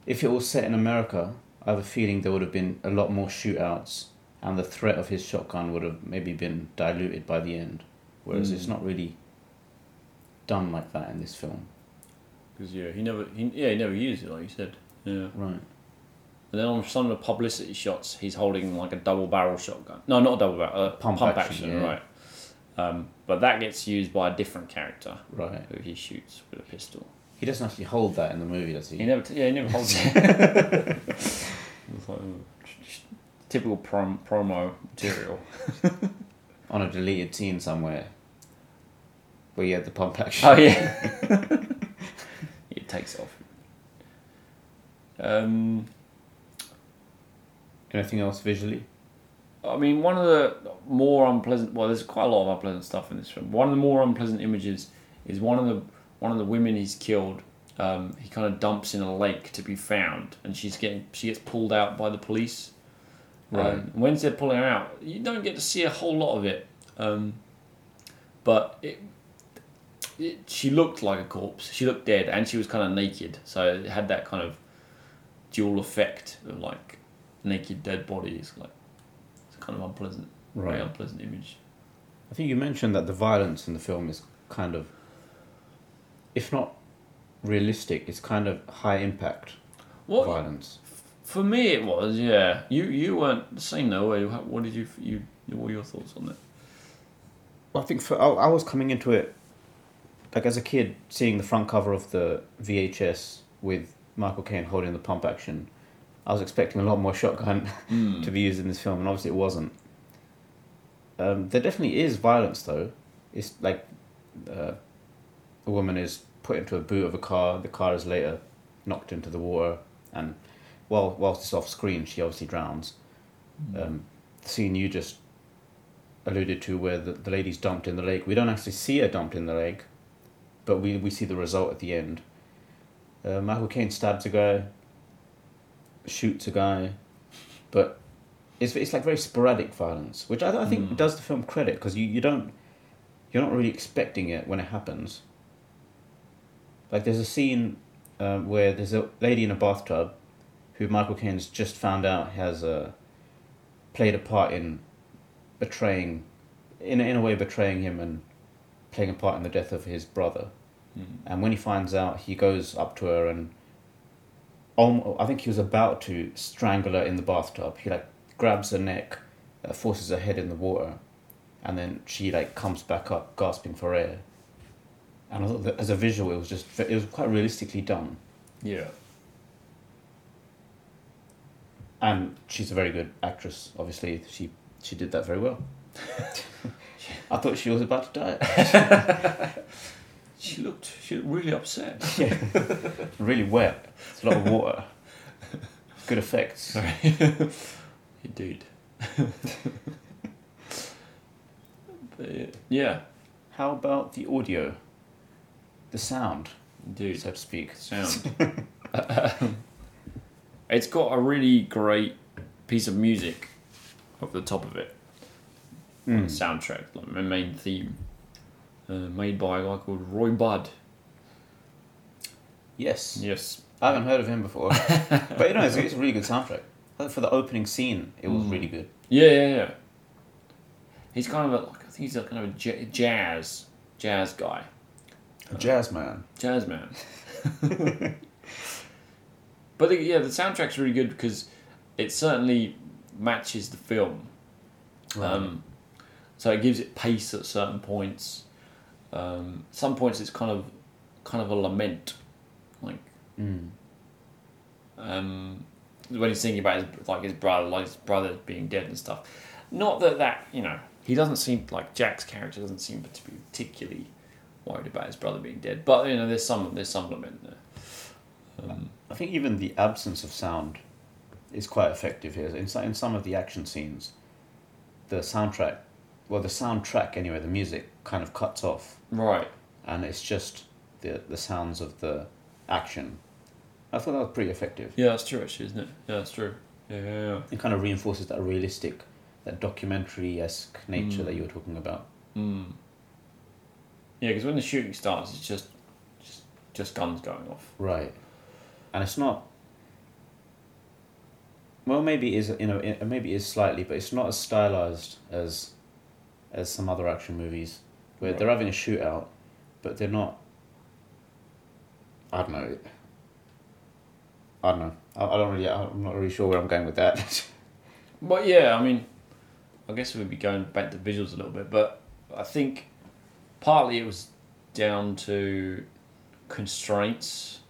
S2: if it was set in America, I have a feeling there would have been a lot more shootouts, and the threat of his shotgun would have maybe been diluted by the end. Whereas
S1: Mm.
S2: it's not really done like that in this film,
S1: Because yeah, he never, he, yeah, he never used it like you said. Yeah.
S2: right?
S1: And then on some of the publicity shots, he's holding like a double barrel shotgun. No, not a double barrel, uh, pump,
S2: Pump
S1: action,
S2: action, yeah.
S1: right? Um, but that gets used by a different character
S2: Right.
S1: who he shoots with a pistol.
S2: He doesn't actually hold that in the movie, does he?
S1: He never, t- yeah, he never holds it. *laughs* It's like, uh, Typical prom- promo material.
S2: On a deleted scene somewhere, where you had the pump action.
S1: Oh yeah. *laughs* it takes off. Um,
S2: Anything else visually?
S1: I mean, one of the more unpleasant. Well, there's quite a lot of unpleasant stuff in this film. One of the more unpleasant images is one of the one of the women he's killed. Um, he kind of dumps in a lake to be found, and she's getting she gets pulled out by the police.
S2: Right.
S1: Um, when they're pulling her out, you don't get to see a whole lot of it. Um, but it, it, she looked like a corpse. She looked dead, and she was kind of naked, so it had that kind of dual effect of like naked dead bodies. Like it's kind of unpleasant, very
S2: Right.
S1: unpleasant image.
S2: I think you mentioned that the violence in the film is kind of, if not realistic, it's kind of high impact
S1: What
S2: violence.
S1: for me it was, yeah. You you weren't the same though. were you? How- What did you you what were your thoughts on that?
S2: Well, I think for I, I was coming into it, like as a kid, seeing the front cover of the VHS with Michael Caine holding the pump action, I was expecting a lot more shotgun *laughs* to be used in this film, and obviously it wasn't. Um, there definitely is violence though. It's like uh, a woman is put into a boot of a car. The car is later knocked into the water, and while whilst it's off screen, she obviously drowns. Um, the scene you just alluded to where the, the lady's dumped in the lake. We don't actually see her dumped in the lake, but we, we see the result at the end. Uh, Michael Caine stabs a guy, shoots a guy, but it's, it's like very sporadic violence, which I, I think does the film credit because you, you don't you're not really expecting it when it happens. Like there's a scene um, where there's a lady in a bathtub who Michael Caine's just found out has uh, played a part in betraying, in a, in a way, betraying him and playing a part in the Mm-hmm. death of his brother. And when he finds out, he goes up to her and almo- I think he was about to strangle her in the bathtub. He like grabs her neck, uh, forces her head in the water, and then she like comes back up gasping for air. And I thought that as a visual, it was just it was quite realistically done,
S1: Yeah.
S2: and she's a very good actress. Obviously, she she did that very well. *laughs* I thought she was about to die.
S1: She looked she looked really upset.
S2: *laughs* Really wet. It's a lot of water. Good effects.
S1: *laughs* Indeed. but, uh, yeah,
S2: How about the audio? The sound,
S1: indeed.
S2: so to speak.
S1: Sound. *laughs* it's got a really great piece of music over the top of it.
S2: Mm.
S1: Soundtrack, like my main theme. Uh, made by a guy called Roy Budd.
S2: Yes.
S1: Yes.
S2: I haven't heard of him before. but you know, it's, it's a really good soundtrack. I think for the opening scene, it was really good.
S1: Yeah, yeah, yeah. He's kind of a, like, I think he's a kind of a j- jazz, jazz guy,
S2: jazz man.
S1: jazz man. but the, yeah, the soundtrack's really good because it certainly matches the film. Um, so it gives it pace at certain points. Um, some points it's kind of, kind of a lament, like
S2: Mm.
S1: um, when he's thinking about his, like his brother, like his brother being dead and stuff. Not that that you know he doesn't seem like Jack's character doesn't seem to be particularly worried about his brother being dead, but you know there's some there's some lament there.
S2: I think even the absence of sound is quite effective here. In, some- in some of the action scenes, the soundtrack, well, the soundtrack anyway, the music kind of cuts off,
S1: Right.
S2: and it's just the the sounds of the action. I thought that was pretty effective.
S1: Yeah, that's true actually, isn't it? Yeah, that's true. Yeah, yeah, yeah.
S2: It kind of reinforces that realistic, that documentary esque nature that you were talking about.
S1: Mm. Yeah, because when the shooting starts, it's just just just guns going off.
S2: Right. And it's not. Well, maybe it is you know it, maybe it is slightly, but it's not as stylized as, as some other action movies, where they're having a shootout, but they're not. I don't know. I don't know. I, I don't really. I'm not really sure where I'm going with that. *laughs*
S1: But yeah, I mean, I guess we'd be going back to visuals a little bit, but I think partly it was down to constraints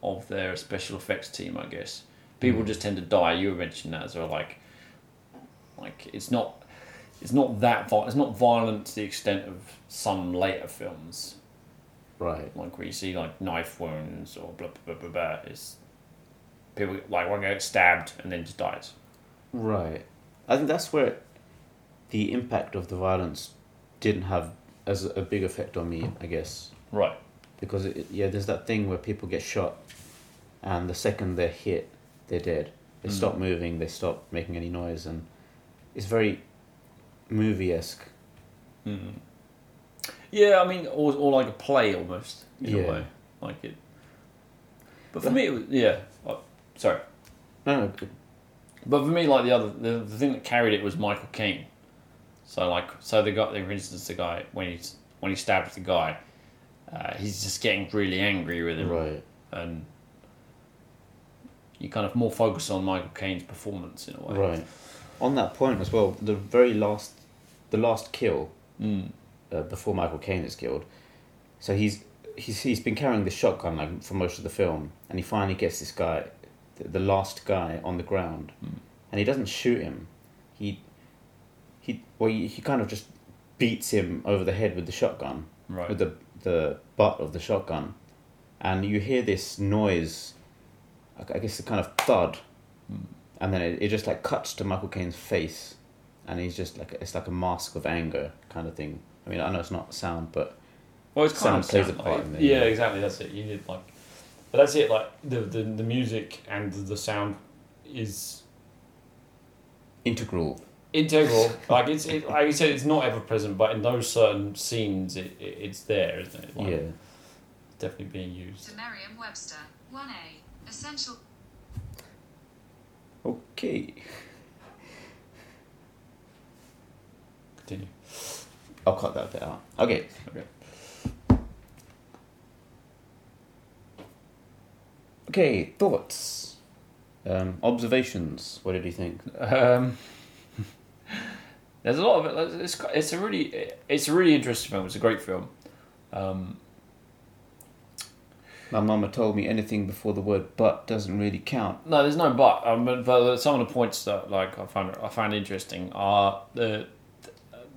S1: of their special effects team, I guess. People just tend to die. You were mentioning that as well. Like, like it's not, it's not that vi- it's not violent to the extent of some later films,
S2: right.
S1: like where you see like knife wounds or blah blah blah blah. blah. It's people like one guy gets stabbed and then just dies.
S2: Right. I think that's where the impact of the violence didn't have as a big effect on me. I guess.
S1: Right.
S2: because it, yeah, there's that thing where people get shot, and the second they're hit, they're dead. They
S1: Mm.
S2: stop moving, they stop making any noise, and it's very movie esque.
S1: Mm. Yeah, I mean, or, or like a play almost in
S2: Yeah.
S1: a way, like it. But for me, it was, yeah. Oh, sorry,
S2: No, no, good.
S1: but for me, like the other, the, the thing that carried it was Michael Caine. So like, so the guy, for instance, the guy when he's when he stabs the guy, uh, he's just getting really angry with him,
S2: right,
S1: and you kind of more focus on Michael Caine's performance in a way.
S2: right. On that point as well, the very last, the last kill
S1: Mm.
S2: uh, before Michael Caine is killed, so he's. He's, he's been carrying the shotgun like for most of the film, and he finally gets this guy, the, the last guy on the ground, and he doesn't shoot him. He he well he, he kind of just beats him over the head with the shotgun
S1: Right.
S2: with the the butt of the shotgun, and you hear this noise. I I guess the kind of thud, and then it, it just like cuts to Michael Caine's face, and he's just like it's like a mask of anger kind of thing. I mean, I know it's not sound, but
S1: Well, it's kind
S2: Sound
S1: of
S2: plays
S1: sound,
S2: a part
S1: like-
S2: in it,
S1: Yeah,
S2: yeah.
S1: exactly. That's it. You need like, but that's it. Like the the, the music and the sound is
S2: integral.
S1: *laughs* integral. like it's it, like you said, it's not ever present, but in those certain scenes, it, it it's there, isn't it? Like,
S2: yeah,
S1: it's definitely being used.
S5: To Merriam-Webster, 1A, essential
S2: okay.
S1: Continue.
S2: I'll cut that bit out. Okay.
S1: Okay.
S2: Okay, thoughts, um, observations. What did you think?
S1: Um, *laughs* there's a lot of it. It's quite- it's a really it's a really interesting film. It's a great film. Um,
S2: My mama told me anything before the word "but" doesn't really count.
S1: no, there's no but. Um, but, but some of the points that like I found I found interesting are the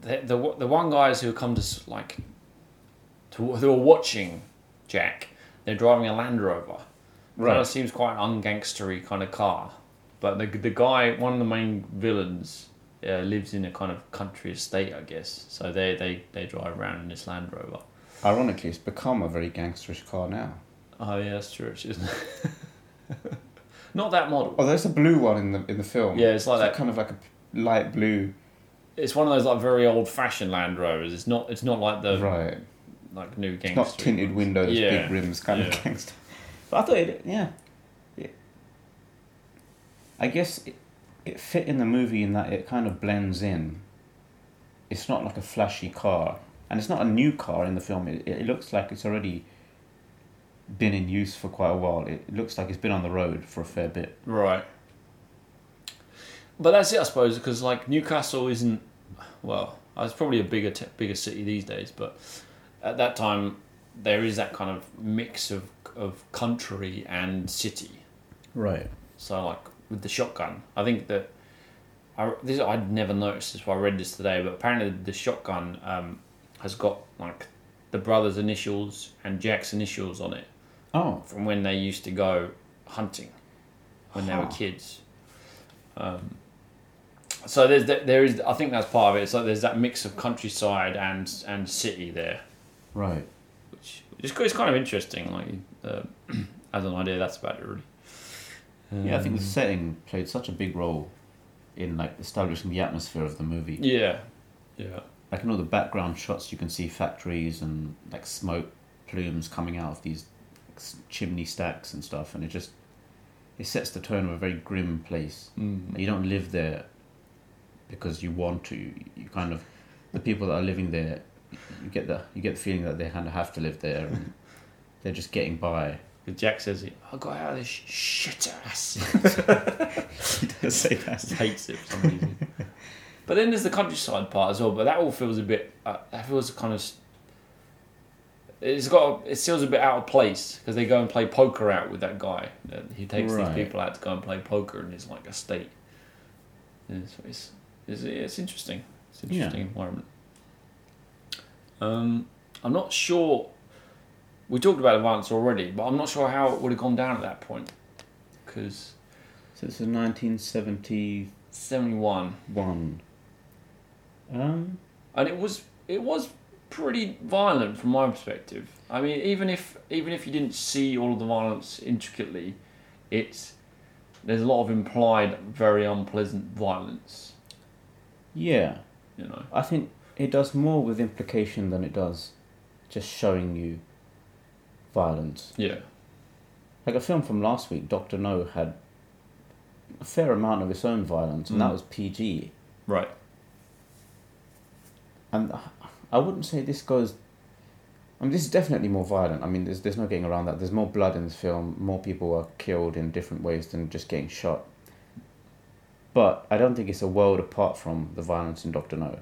S1: the the, the one guys who come to s- like to, who are watching Jack. They're driving a Land Rover. Right. That seems quite an ungangstery kind of car. But the, the guy, one of the main villains, uh, lives in a kind of country estate, I guess. So they, they, they drive around in this Land Rover.
S2: Ironically, it's become a very gangsterish car now.
S1: Oh, yeah, that's true, actually, isn't it? *laughs* Not that model.
S2: Oh, there's a blue one in the in the film.
S1: Yeah, it's like that.
S2: kind of like a p- light blue.
S1: It's one of those like very old fashioned Land Rovers. It's not it's not like the
S2: right,
S1: like new gangster.
S2: not tinted windows,
S1: Yeah.
S2: big rims, kind
S1: Yeah.
S2: of gangster. But I thought it, yeah, yeah. I guess it, it fit in the movie in that it kind of blends in. It's not like a flashy car, and it's not a new car in the film. It, it looks like it's already been in use for quite a while. It looks like it's been on the road for a fair bit.
S1: Right. But that's it, I suppose, because like Newcastle isn't well. It's probably a bigger t- bigger city these days, but at that time there is that kind of mix of of country and city.
S2: Right.
S1: So like with the shotgun, I think that I this I'd never noticed this. While I read this today, but apparently the shotgun um, has got like the brother's initials and Jack's initials on it
S2: Oh,
S1: from when they used to go hunting when they were
S2: Huh.
S1: kids. Um, so there's that, there is I think that's part of it. It's like there's that mix of countryside and and city there,
S2: right.
S1: which which is it's kind of interesting. Like uh, *clears throat* as an idea, that's about it really.
S2: Yeah, I think
S1: Mm.
S2: the setting played such a big role in like establishing the atmosphere of the movie.
S1: Yeah, yeah.
S2: Like in all the background shots, you can see factories and like smoke plumes coming out of these s- chimney stacks and stuff, and it just it sets the tone of a very grim place.
S1: Mm.
S2: You don't live there because you want to. You kind of the people that are living there, you get the you get the feeling that they kind of have to live there. And, *laughs* They're just getting *laughs* by.
S1: Because Jack says, I got out of this sh- shit ass.
S2: He does say that.
S1: hates it for some reason.
S2: *laughs*
S1: but then there's the countryside part as well, but that all feels a bit, uh, that feels kind of, s- it's got, it feels a bit out of place because they go and play poker out with that guy. Uh, He takes
S2: Right.
S1: these people out to go and play poker in his like estate. And It's, it's, it's, it's interesting. It's an
S2: Yeah.
S1: interesting environment. Um, I'm not sure. We talked about the violence already, but I'm not sure how it would have gone down at that point. Because
S2: So it's a 1970
S1: 71
S2: one. Um,
S1: and it was it was pretty violent from my perspective i mean even if even if you didn't see all of the violence intricately it's there's a lot of implied very unpleasant violence
S2: yeah,
S1: you know
S2: I think it does more with implication than it does just showing you violence.
S1: yeah
S2: Like a film from last week, Doctor No had a fair amount of its own violence, and that
S1: Mm.
S2: was PG.
S1: right
S2: And I wouldn't say this goes. I mean, this is definitely more violent. I mean, there's there's no getting around that. There's more blood in this film. More people are killed in different ways than just getting shot. But I don't think it's a world apart from the violence in Doctor No.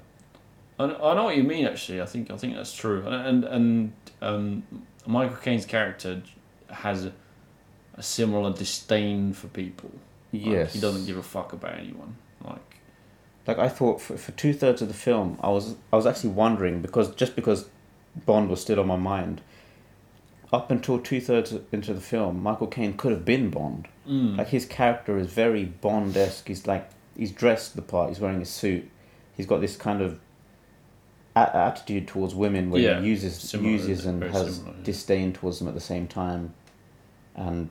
S1: I, kn- I know what you mean actually i think i think that's true and and, and um, michael caine's character has a, a similar disdain for people Like,
S2: Yes,
S1: he doesn't give a fuck about anyone like
S2: like I thought for, for two thirds of the film, I was I was actually wondering because just because Bond was still on my mind, up until two thirds into the film, Michael Caine could have been Bond.
S1: mm,
S2: Like his character is very Bond esque. He's like he's dressed the part. He's wearing a suit. He's got this kind of a- attitude towards women where
S1: Yeah,
S2: he uses
S1: similar,
S2: uses
S1: isn't it?
S2: and
S1: Very
S2: has
S1: similar, yeah.
S2: disdain towards them at the same time, and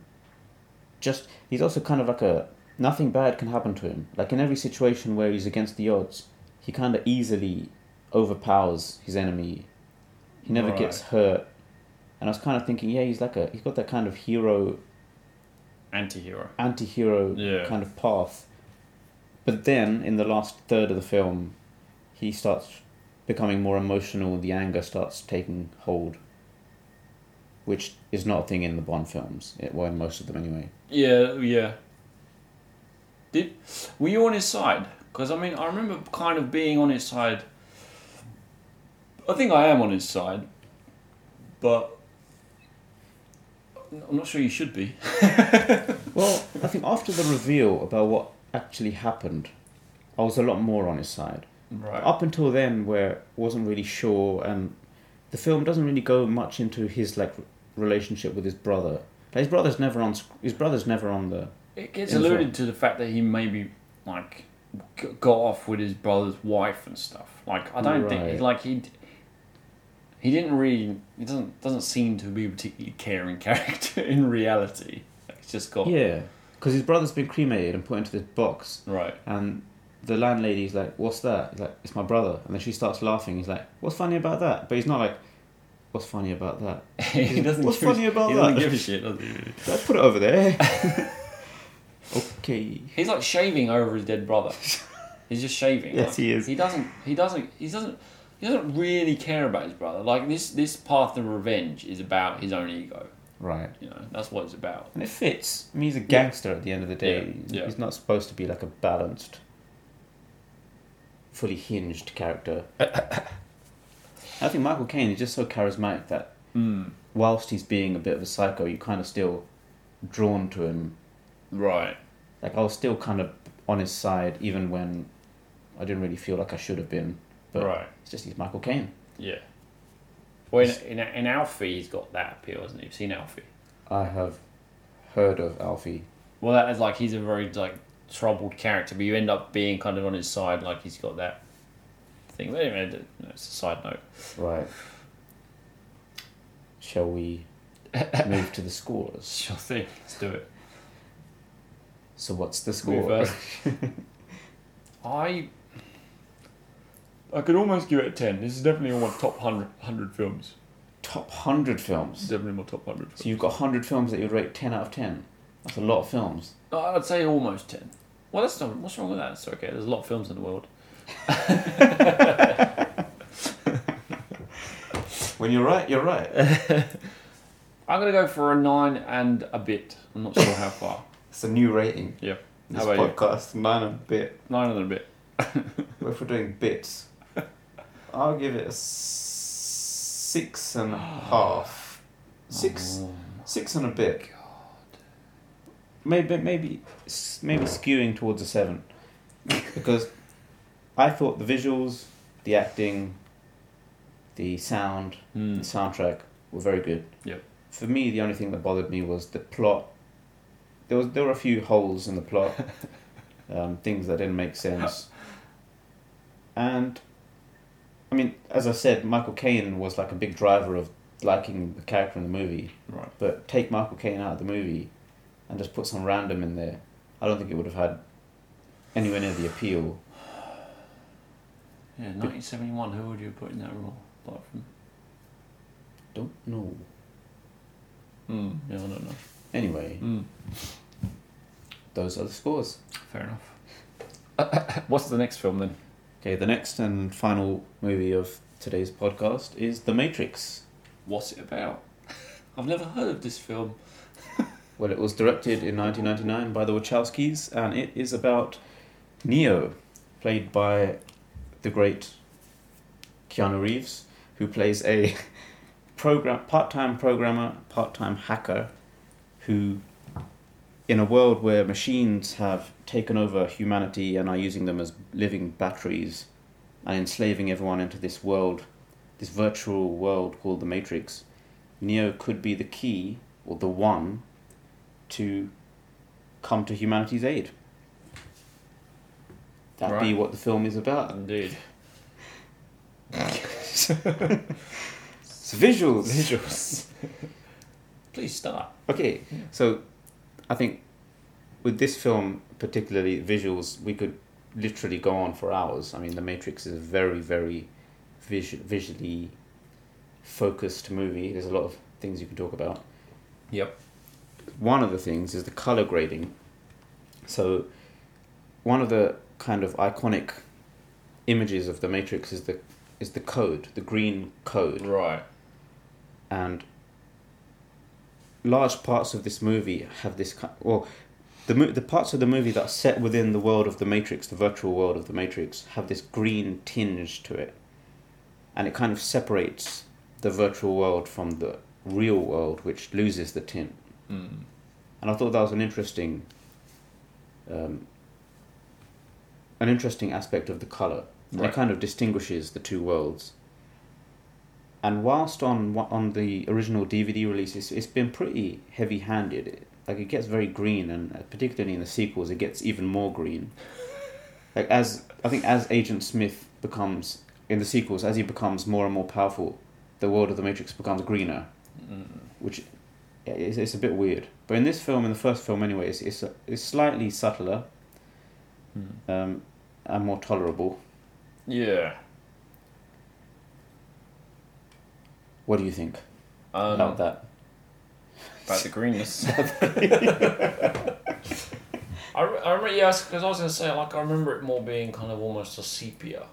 S2: just he's also kind of like a nothing bad can happen to him. Like in every situation where he's against the odds, he kind of easily overpowers his enemy. He never
S1: Right.
S2: gets hurt. And I was kind of thinking, yeah, he's like a he's got that kind of hero
S1: anti-hero
S2: anti-hero
S1: Yeah.
S2: kind of path. But then in the last third of the film, he starts becoming more emotional, the anger starts taking hold. which is not a thing in the Bond films. It, well, in most of them anyway.
S1: Yeah, yeah. Did were you on his side? Because I mean, I remember kind of being on his side. I think I am on his side, but I'm not sure you should be.
S2: Well, I think after the reveal about what actually happened, I was a lot more on his side.
S1: Right.
S2: Up until then, where I wasn't really sure, and the film doesn't really go much into his like relationship with his brother. Like, his brother's never on. sc- His brother's never on the.
S1: It gets
S2: In the
S1: alluded
S2: film.
S1: to the fact that he maybe like g- got off with his brother's wife and stuff. Like I don't think
S2: Right.
S1: like he d- he didn't really he doesn't doesn't seem to be a particularly caring *laughs* character in reality. It's just got
S2: Yeah, because his brother's been cremated and put into this box,
S1: right.
S2: And the landlady's like, "What's that?" He's like, "It's my brother." And then she starts laughing. He's like, "What's funny about that?" But he's not like, "What's funny about that?"
S1: he doesn't.
S2: What's
S1: give a-
S2: funny about
S1: he
S2: that?
S1: doesn't give a shit. Does he?
S2: Did I put it over there. *laughs* okay.
S1: He's like shaving over his dead *laughs* brother. He's just shaving.
S2: Yes,
S1: like,
S2: he is.
S1: He doesn't. He doesn't. He doesn't. He doesn't really care about his brother. Like this. This path of revenge is about his own ego.
S2: Right.
S1: You know. That's what it's about.
S2: And it fits. I mean, he's a gangster at the end of the day.
S1: Yeah, yeah.
S2: He's not supposed to be like a balanced, fully hinged
S1: *laughs*
S2: character. I think Michael Caine is just so charismatic that
S1: Hmm.
S2: whilst he's being a bit of a psycho, you kind of still drawn to him
S1: Right.
S2: like I was still kind of on his side even when I didn't really feel like I should have been. But
S1: Right.
S2: it's just he's Michael Caine.
S1: Yeah. Well, in, in, in Alfie, he's got that appeal, hasn't he? You've seen Alfie.
S2: I have heard of Alfie.
S1: Well, that is like he's a very like troubled character, but you end up being kind of on his side, like he's got that thing. But anyway, no, it's a side note.
S2: Right. Shall we move to the scores?
S1: Sure thing. Let's do it.
S2: So what's the
S1: Me
S2: score?
S1: first. I I could almost give it a ten. This is definitely on my top 100, 100 films.
S2: Top hundred
S1: It's
S2: films.
S1: definitely my top hundred films.
S2: So you've got hundred films that you'd rate ten out of ten. That's a lot of films.
S1: I- I'd say almost ten. Well, that's not. What's wrong with that? It's okay. There's a lot of films in the *laughs* world.
S2: When you're right, you're *laughs* right.
S1: I'm gonna go for a nine and a bit. I'm not sure how far.
S2: It's a new rating.
S1: Yeah. How about you?
S2: podcast, nine and bit.
S1: Nine and a bit.
S2: What if we're doing bits? I'll give it a s- six and a half. Six,
S1: Oh.
S2: six and a bit. Maybe, maybe, s- maybe skewing towards a seven, because I thought the visuals, the acting, the sound,
S1: Hmm.
S2: the soundtrack were very good.
S1: Yep.
S2: For me, the only thing that bothered me was the plot. There was there were a few holes in
S1: *laughs*
S2: the plot, um, things that didn't make sense. And, I mean, as I said, Michael Caine was like a big driver of liking the character in the movie.
S1: Right.
S2: But take Michael Caine out of the movie, and just put some random in there. I don't think it would have had anywhere near the appeal.
S1: Yeah, 1971. Who would you put in that role? Apart from.
S2: Don't know.
S1: Mm. Yeah, I don't know.
S2: Anyway,
S1: Mm.
S2: those are the scores.
S1: Fair enough. *coughs* What's the next film then?
S2: Okay, the next and final movie of today's podcast is The Matrix.
S1: What's it about? *laughs* I've never heard of this film.
S2: Well, it was directed in 1999 by the Wachowskis, and it is about Neo, played by the great Keanu Reeves, who plays a *laughs* program part-time programmer, part-time hacker, who, in a world where machines have taken over humanity and are using them as living batteries, and enslaving everyone into this world, this virtual world called the Matrix, Neo could be the key or the one to come to humanity's aid. That'd be
S1: Right.
S2: what the film is about.
S1: Indeed.
S2: It's visuals.
S1: Visuals. *laughs* Please start.
S2: Okay, so I think with this film, particularly visuals, we could literally go on for hours. I mean, The Matrix is a very, very visu- visually focused movie. There's a lot of things you can talk about.
S1: Yep.
S2: One of the things is the color grading. So, one of the kind of iconic images of The Matrix is the is the code, the green code
S1: Right.
S2: and large parts of this movie have this kind. Well, the mo- the parts of the movie that are set within the world of the Matrix, the virtual world of the Matrix, have this green tinge to it, and it kind of separates the virtual world from the real world, which loses the tint.
S1: Mm.
S2: And I thought that was an interesting, um, an interesting aspect of the color. And
S1: Right.
S2: It kind of distinguishes the two worlds. And whilst on wa- on the original DVD release, it's, it's been pretty heavy-handed. It- like it gets very green, and uh, particularly in the sequels, it gets even more green. Like as I think, as Agent Smith becomes in the sequels, as he becomes more and more powerful, the world of the Matrix becomes greener, which yeah, it's, it's a bit weird. But in this film, in the first film anyway, it's, it's, it's slightly subtler
S1: Mm.
S2: um, and more tolerable.
S1: Yeah.
S2: What do you think
S1: Um,
S2: about that?
S1: About the *laughs* greenness. I, re- I remember, yeah, because I was going to say, like, I remember it more being kind of almost a sepia,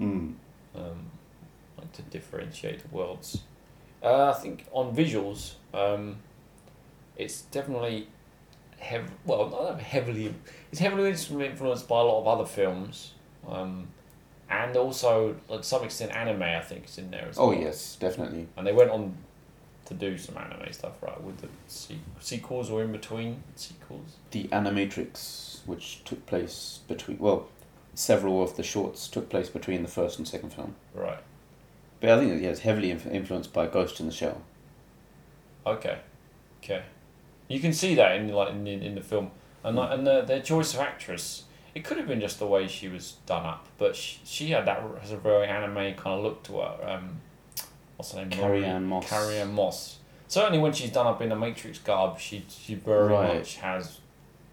S2: Mm.
S1: um, like to differentiate the worlds. Uh, I think on visuals, um, it's definitely hev- well, not heavily, it's heavily influenced by a lot of other films, um, and also, like, to some extent, anime, I think, is in there as
S2: Oh
S1: well.
S2: yes, definitely.
S1: And they went on to do some anime stuff, right, with the se- sequels or in between sequels.
S2: The Animatrix, which took place between well, several of the shorts took place between the first and second film.
S1: Right.
S2: But I think yeah, it's heavily inf- influenced by Ghost in the Shell.
S1: Okay. Okay. You can see that in like in, in in the film, and like,
S2: Hmm.
S1: and the, their choice of actress. It could have been just the way she was done up, but she, she had that r- has a very anime kind of look to her. Um, what's her name?
S2: Carrie
S1: Maureen-
S2: Ann Moss.
S1: Carrie Ann Moss. Certainly, when she's done up in the Matrix garb, she she very
S2: Right.
S1: much has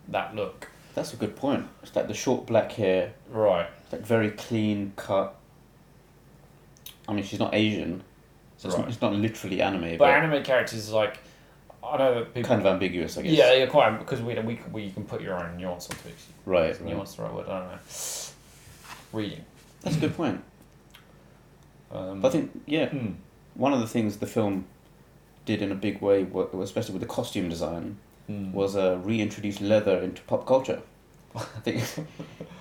S1: that look.
S2: That's a good point. It's like the short black hair,
S1: Right.
S2: it's like very clean cut. I mean, she's not Asian, so it's,
S1: Right.
S2: not, it's not literally anime,
S1: But,
S2: but,
S1: anime characters like I know that people.
S2: kind of ambiguous, I guess.
S1: yeah, you're quite because we we we you can put your own nuance onto it.
S2: Right.
S1: Is nuance the right word? I don't know. Reading.
S2: That's a good point.
S1: Um,
S2: But I think, yeah,
S1: Hmm.
S2: one of the things the film did in a big way, wa- especially with the costume design,
S1: Hmm.
S2: was uh, reintroduce leather into pop culture. *laughs* I think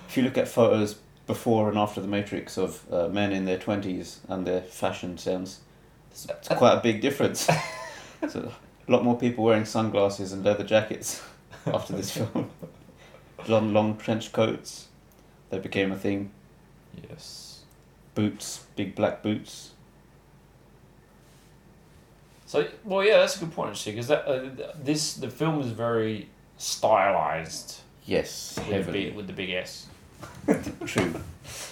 S2: if you look at photos before and after The Matrix of uh, men in their 20s and their fashion sense, it's it's quite a big difference. so, a lot more people wearing sunglasses and leather jackets *laughs* after this film. long, long trench coats, they became a thing.
S1: Yes.
S2: Boots, big black boots.
S1: So well, yeah, that's a good point actually, because that uh, this the film is very stylized
S2: Yes,
S1: with the,
S2: heavily.
S1: big, with the big S
S2: True.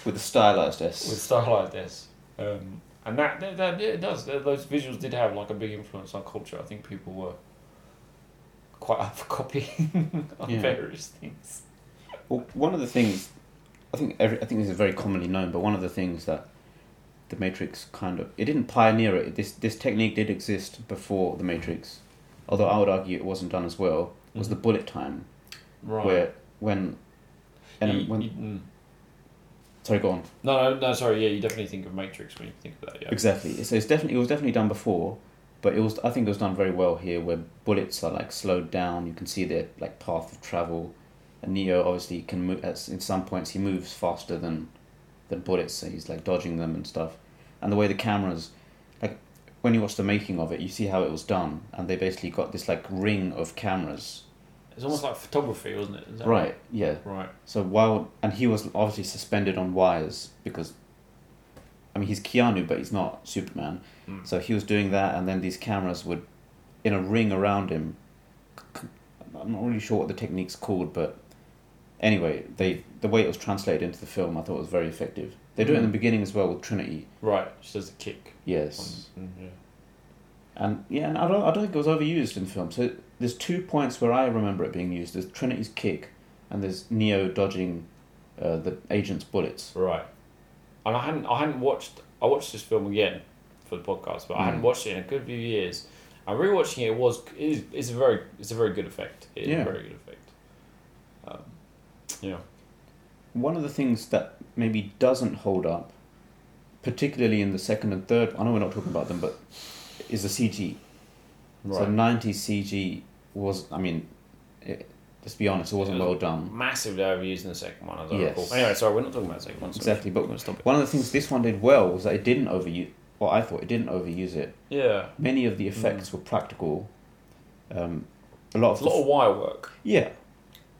S2: With the stylized S.
S1: with stylized S, um, and that that, that yeah, it does Th- those visuals did have like a big influence on culture. I think people were quite *laughs* up for copying *laughs* on
S2: Yeah.
S1: various things.
S2: Well, one of the things, I think every, I think this is very commonly known, but one of the things that the Matrix kind of it didn't pioneer it. This this technique did exist before the Matrix, although I would argue it wasn't done as well. Was the bullet time
S1: Right.
S2: where when and when sorry go on
S1: hmm. no, no, no, sorry. Yeah, you definitely think of Matrix when you think of that. Yeah.
S2: exactly. So it's definitely it was definitely done before, but it was I think it was done very well here where bullets are like slowed down. You can see their like path of travel. And Neo obviously can move at in some points he moves faster than than bullets, so he's like dodging them and stuff. And the way the cameras like when you watch the making of it, you see how it was done, and they basically got this like ring of cameras.
S1: It's almost like photography, wasn't it? Is that
S2: Right, yeah.
S1: Right.
S2: So while and he was obviously suspended on wires because I mean he's Keanu but he's not Superman.
S1: Mm.
S2: So he was doing that and then these cameras would in a ring around him. c- c- I'm not really sure what the technique's called but anyway, they the way it was translated into the film I thought was very effective. They do it in the beginning as well with Trinity.
S1: Right. She does the kick.
S2: Yes.
S1: Mm, yeah.
S2: And yeah, and I don't I don't think it was overused in film. So there's two points where I remember it being used. There's Trinity's kick and there's Neo dodging uh, the agent's bullets.
S1: Right. And I hadn't I hadn't watched I watched this film again for the podcast, but I hadn't
S2: Mm.
S1: watched it in a good few years. And rewatching it was it is it's a very it's a very good effect. It's
S2: Yeah.
S1: a very good effect. Um, yeah.
S2: one of the things that maybe doesn't hold up, particularly in the second and third, I know we're not talking about them, but is the CG. So
S1: Right.
S2: 90 CG was, I mean, it, let's be honest, it wasn't well done.
S1: Massively overused in the second one, as I
S2: Yes.
S1: recall. Anyway, sorry, we're not talking about the second one. Sorry.
S2: Exactly, but
S1: I'm gonna stop it.
S2: one of the things this one did well was that it didn't overuse. Well, I thought it didn't overuse it.
S1: Yeah,
S2: Many of the effects were practical. Um, a lot of
S1: it's Mm. a
S2: the
S1: lot of wire work.
S2: Yeah,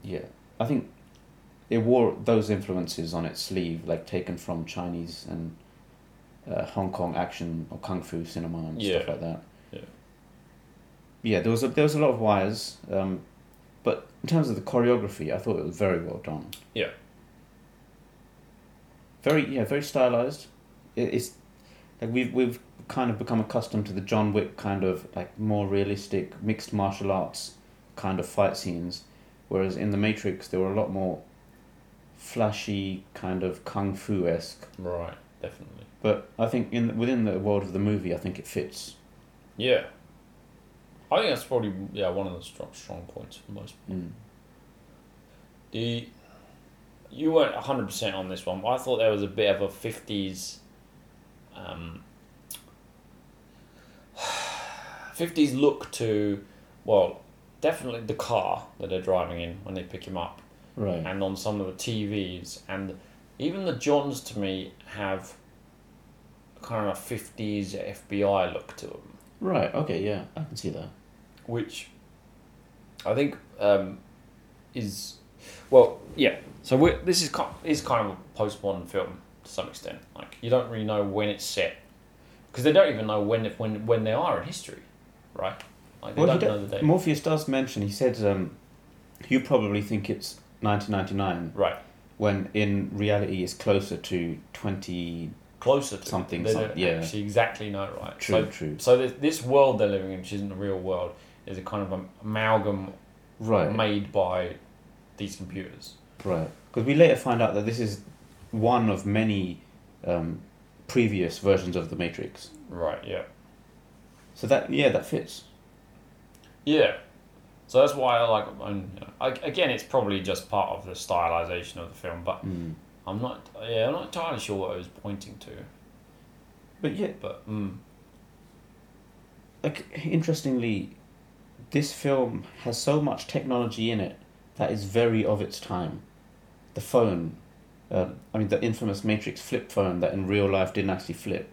S2: yeah. I think it wore those influences on its sleeve, like taken from Chinese and uh, Hong Kong action or kung fu cinema and stuff
S1: Yeah.
S2: like that.
S1: Yeah.
S2: Yeah, there was a, there was a lot of wires, um, but in terms of the choreography, I thought it was very well done.
S1: Yeah.
S2: Very yeah, very stylized. It, it's like we've we've kind of become accustomed to the John Wick kind of like more realistic mixed martial arts kind of fight scenes, whereas in the Matrix there were a lot more flashy kind of kung fu esque.
S1: Right, definitely.
S2: But I think in within the world of the movie, I think it fits.
S1: Yeah, I think that's probably yeah one of the strong strong points for most.
S2: Mm.
S1: The you weren't hundred percent on this one. But I thought there was a bit of a fifties, um, *sighs* fifties look to, well, definitely the car that they're driving in when they pick him up,
S2: Right.
S1: and on some of the TVs, and even the Johns to me have kind of a fifties FBI look to them
S2: Right. Okay. Yeah, I can see that.
S1: which I think um, is well, yeah. So we're, this is kind is kind of a postmodern film to some extent. Like you don't really know when it's set because they don't even know when when when they are in history, right? Like they
S2: Well,
S1: don't
S2: he do-
S1: know the date.
S2: Morpheus does mention. He said, um, "You probably think it's 1999,
S1: Right,
S2: when in reality it's closer to 20."
S1: closer to
S2: Something,
S1: They
S2: some-
S1: don't
S2: yeah.
S1: actually exactly know, right? So,
S2: True. true.
S1: so this, this world they're living in, which isn't the real world, is a kind of am- amalgam
S2: Right.
S1: made by these computers.
S2: Right. Because we later find out that this is one of many um, previous versions of the Matrix.
S1: Right. Yeah.
S2: So that yeah, that fits.
S1: Yeah. So that's why I like. I'm, you know, I, again, it's probably just part of the stylization of the film, but
S2: Mm.
S1: I'm not. Yeah, I'm not entirely sure what it was pointing to.
S2: But yeah,
S1: But mm,
S2: like interestingly, this film has so much technology in it that is very of its time. The phone, um, I mean, the infamous Matrix flip phone that in real life didn't
S1: *laughs*
S2: actually flip.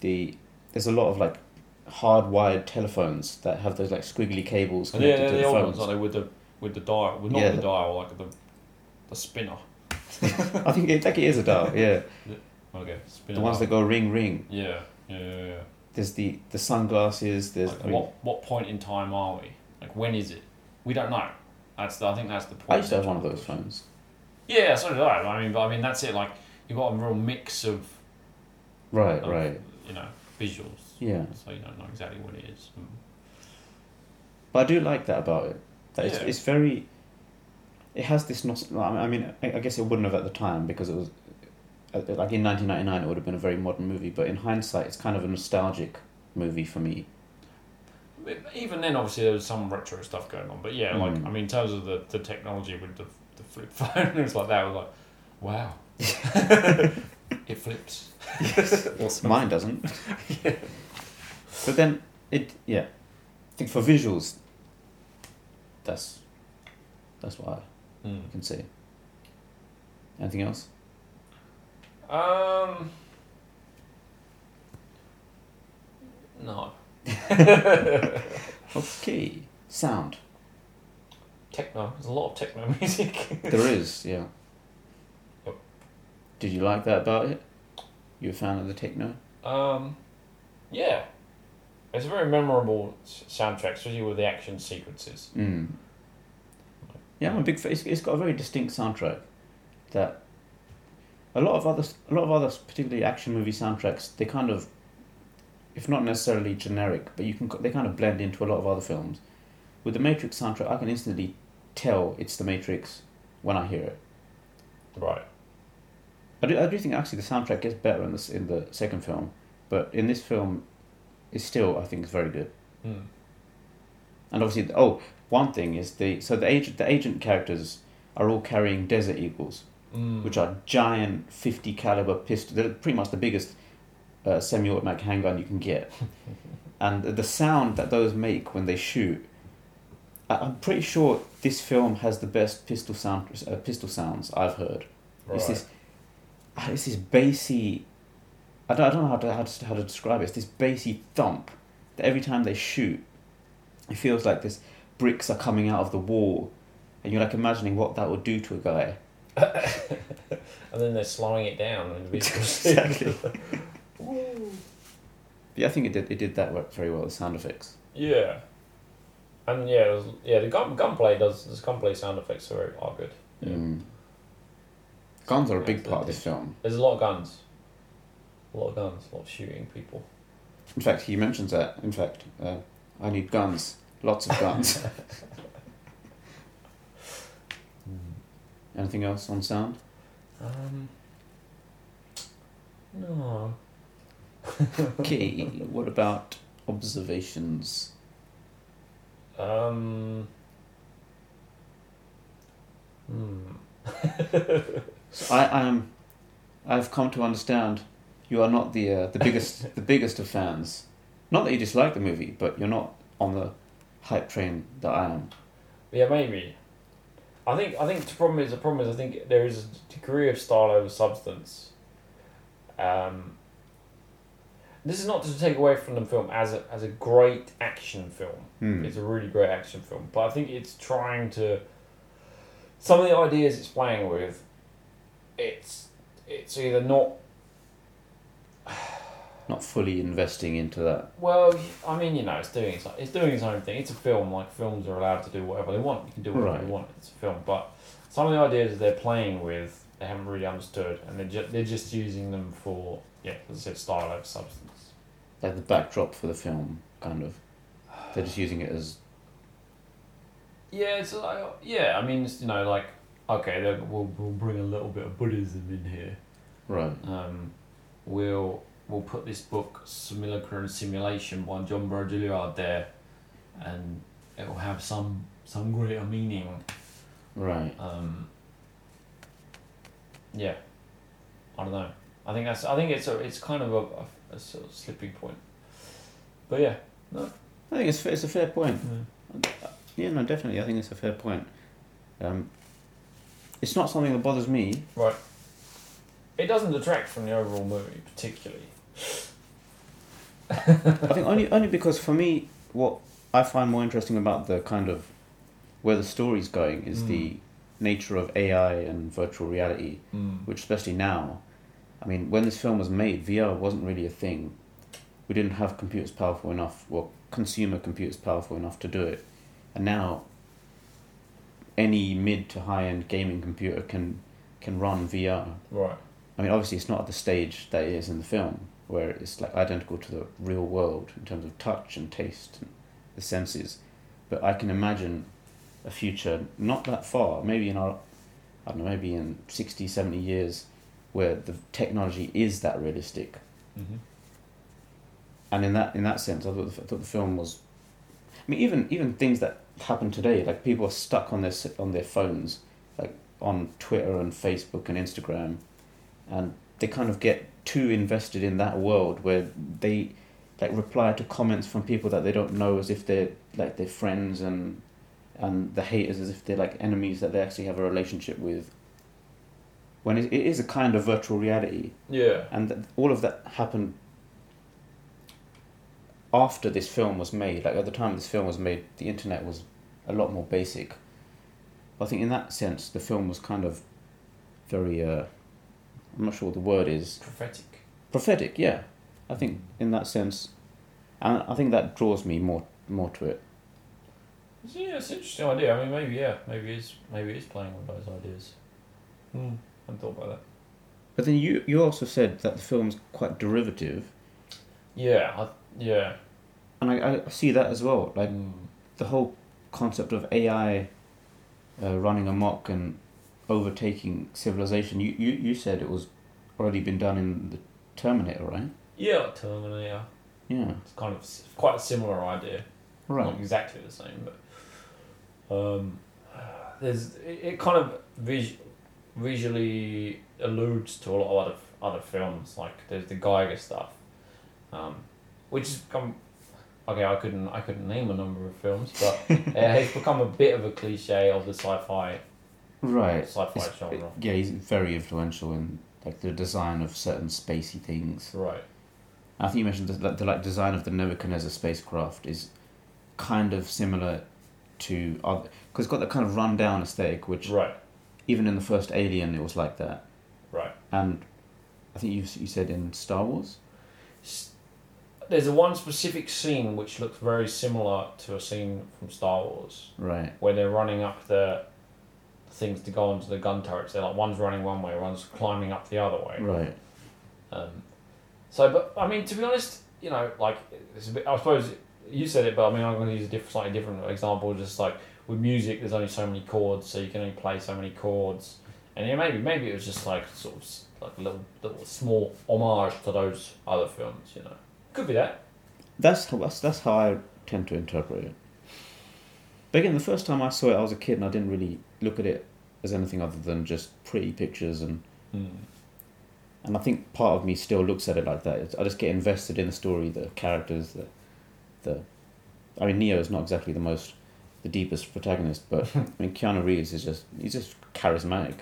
S2: The there's a lot of like hardwired telephones that have those like squiggly cables
S1: Oh, yeah,
S2: connected
S1: they're
S2: to
S1: the
S2: the
S1: old
S2: phones.
S1: ones, aren't they? With the with the dial, well, not
S2: Yeah.
S1: the dial, like the the spinner.
S2: I think it, like it is a dial,
S1: *laughs*
S2: yeah.
S1: Okay, spinner.
S2: The ones that
S1: dial.
S2: go ring ring.
S1: Yeah, yeah, yeah. yeah.
S2: There's the the sunglasses. There's
S1: Like,
S2: I, mean,
S1: what what point in time are we? Like, when is it? We don't know. That's the, I think that's the point.
S2: I used to have one of those phones.
S1: Yeah, so did I. I mean, but I mean, that's it. Like, you've got a real mix of,
S2: Right,
S1: of
S2: right.
S1: you know, visuals.
S2: Yeah,
S1: So you don't know exactly what it is. Mm.
S2: but I do like that about it. That it's,
S1: Yeah.
S2: it's very. It has this nos- I mean, I I guess it wouldn't have at the time because it was uh, like in 1999 it would have been a very modern movie. But in hindsight, it's kind of a nostalgic movie for me.
S1: Even then, obviously, there was some retro stuff going on. But yeah, like,
S2: Mm.
S1: I mean, in terms of the, the technology with the, the flip *laughs* phone, it was like that. I was like, wow. it flips.
S2: Mine doesn't. But then it yeah, I think for visuals. That's, that's why
S1: Mm.
S2: I can say. Anything else?
S1: Um. No.
S2: Okay. Sound.
S1: Techno. There's a lot of techno *laughs* music.
S2: There is, yeah. Did you like that about it? You a fan of the techno?
S1: um, yeah. It's a very memorable s- soundtrack, especially with the action sequences.
S2: Mm. Yeah, I'm a big fan. It's, it's got a very distinct soundtrack that a lot of others, a lot of others, particularly action movie soundtracks, they kind of, if not necessarily generic, but you can they kind of blend into a lot of other films. With the Matrix soundtrack, I can instantly tell it's the Matrix when I hear it.
S1: Right.
S2: I do, I do think actually the soundtrack gets better in this in the second film, but in this film, it's still I think it's very good.
S1: Mm.
S2: And obviously, oh, one thing is the so the agent the agent characters are all carrying Desert Eagles,
S1: Mm.
S2: which are giant fifty caliber pistol. They're pretty much the biggest uh, semi-automatic handgun you can get. and the sound that those make when they shoot. I- I'm pretty sure this film has the best pistol sound uh, pistol sounds I've heard. It's this, ah, it's this bassy. I don't, I don't know how to, how to how to describe it. It's this bassy thump that every time they shoot, it feels like this bricks are coming out of the wall, and you're like imagining what that would do to a guy. *laughs*
S1: And then they're slowing it down. And we- *laughs*
S2: exactly. yeah, I think it did. It did that work very well. The sound effects.
S1: yeah. And yeah, it was, yeah. The gun gunplay does. The gunplay sound effects are, are good.
S6: Yeah.
S2: Mm. Guns are a big part of this film.
S1: There's a lot of guns. A lot of guns. A lot of shooting people.
S2: In fact, he mentions that. In fact, uh, I need guns, lots of guns. Hmm. Anything else on sound?
S1: Um. No.
S2: Okay, what about observations?
S1: Um. Hmm.
S2: So I, I am, I've come to understand, you are not the uh, the biggest the biggest of fans. Not that you dislike the movie, but you're not on the hype train that I am.
S1: Yeah, maybe. I think I think the problem is the problem is I think there is a degree of style over substance. Um, this is not to take away from the film as a, as a great action film.
S2: Hmm.
S1: It's a really great action film, but I think it's trying to. Some of the ideas it's playing with, it's it's either not
S2: Not fully investing into that.
S1: Well, I mean, you know, it's doing its, it's doing its own thing. It's a film. Like films are allowed to do whatever they want. You can do whatever
S2: Right.
S1: you want. It's a film. But some of the ideas they're playing with, they haven't really understood, and they're just they're just using them for yeah, as I said, style over substance.
S2: like the backdrop for the film, kind of. They're just using it as
S1: Yeah, it's like yeah. I mean, it's, you know, like okay, then we'll we'll bring a little bit of Buddhism in here.
S2: right.
S1: Um, we'll we'll put this book Simulacra and Simulation by John Baudrillard there, and it will have some some greater meaning.
S2: Right.
S1: Um, yeah, I don't know. I think that's. I think it's a. It's kind of a, a, a sort of slipping point. But yeah,
S2: I think it's it's a fair point.
S1: Mm.
S2: Yeah, no, definitely. I think it's a fair point. Um, it's not something that bothers me.
S1: it doesn't detract from the overall movie particularly.
S2: I think only only because for me, what I find more interesting about the kind of where the story's going is the nature of AI and virtual reality,
S1: Mm.
S2: which especially now, I mean, when this film was made, VR wasn't really a thing. We didn't have computers powerful enough, well, consumer computers powerful enough to do it, and now any mid to high end gaming computer can can run VR.
S1: Right.
S2: I mean, obviously, it's not at the stage that it is in the film, where it's like identical to the real world in terms of touch and taste and the senses. But I can imagine a future not that far, maybe in our, I don't know, maybe in 60, 70 years, where the technology is that realistic.
S1: Mhm.
S2: And in that in that sense, I thought the, I thought the film was. I mean, even even things that happen today, like people are stuck on their s- on their phones, like on Twitter and Facebook and Instagram, and they kind of get too invested in that world where they like reply to comments from people that they don't know as if they're like their friends and and the haters as if they're like enemies that they actually have a relationship with when it, it is a kind of virtual reality
S1: Yeah.
S2: and th- all of that happened after this film was made like at the time this film was made the internet was a lot more basic i think in that sense the film was kind of very uh, i'm not sure what the word is
S1: Prophetic.
S2: prophetic yeah i think in that sense and i think that draws me more more to it
S1: Yeah, it's an interesting idea. I mean, maybe yeah, maybe it's maybe it's playing with those ideas. Hmm. I hadn't thought about that.
S2: but then you you also said that the film's quite derivative
S1: Yeah. I, yeah.
S2: and i, I see that as well like
S1: Mm.
S2: the whole concept of AI uh, running amok and overtaking civilization. You, you you said it was already been done in the Terminator, right?
S1: Yeah, like Terminator.
S2: Yeah,
S1: It's kind of s- quite a similar idea. Not
S2: right.
S1: exactly the same, but um, there's it, it kind of vis- visually alludes to a lot of other, other films, like there's the Geiger stuff, um, which has become okay, I couldn't I couldn't name a number of films,
S2: *laughs*
S1: but it has become a bit of a cliche of the sci-fi
S2: Right.
S1: Sci-fi
S2: It's-
S1: genre.
S2: yeah, he's very influential in like the design of certain spacey things.
S1: right.
S2: I think you mentioned that like, the like design of the Nebuchadnezzar spacecraft is kind of similar to because it's got that kind of rundown aesthetic, which
S1: Right.
S2: even in the first Alien it was like that.
S1: Right.
S2: And I think you s- you said in Star Wars.
S1: S- There's a one specific scene which looks very similar to a scene from Star Wars
S2: Right.
S1: where they're running up the things to go onto the gun turrets. They're like one's running one way, one's climbing up the other way.
S2: Right.
S1: Um, so, but I mean, to be honest, you know, like it's a bit, I suppose you said it, but I mean, I'm going to use a different, slightly different example. Just like with music, there's only so many chords, so you can only play so many chords, and yeah, maybe maybe it was just like sort of s- like a little little small homage to those other films, you know. Could be that.
S2: That's how that's, that's how I tend to interpret it. But again, the first time I saw it, I was a kid and I didn't really look at it as anything other than just pretty pictures and and I think part of me still looks at it like that. It's, I just get invested in the story, the characters, the, the. I mean, Neo is not exactly the most, the deepest protagonist, but I mean, Keanu Reeves is just he's just charismatic,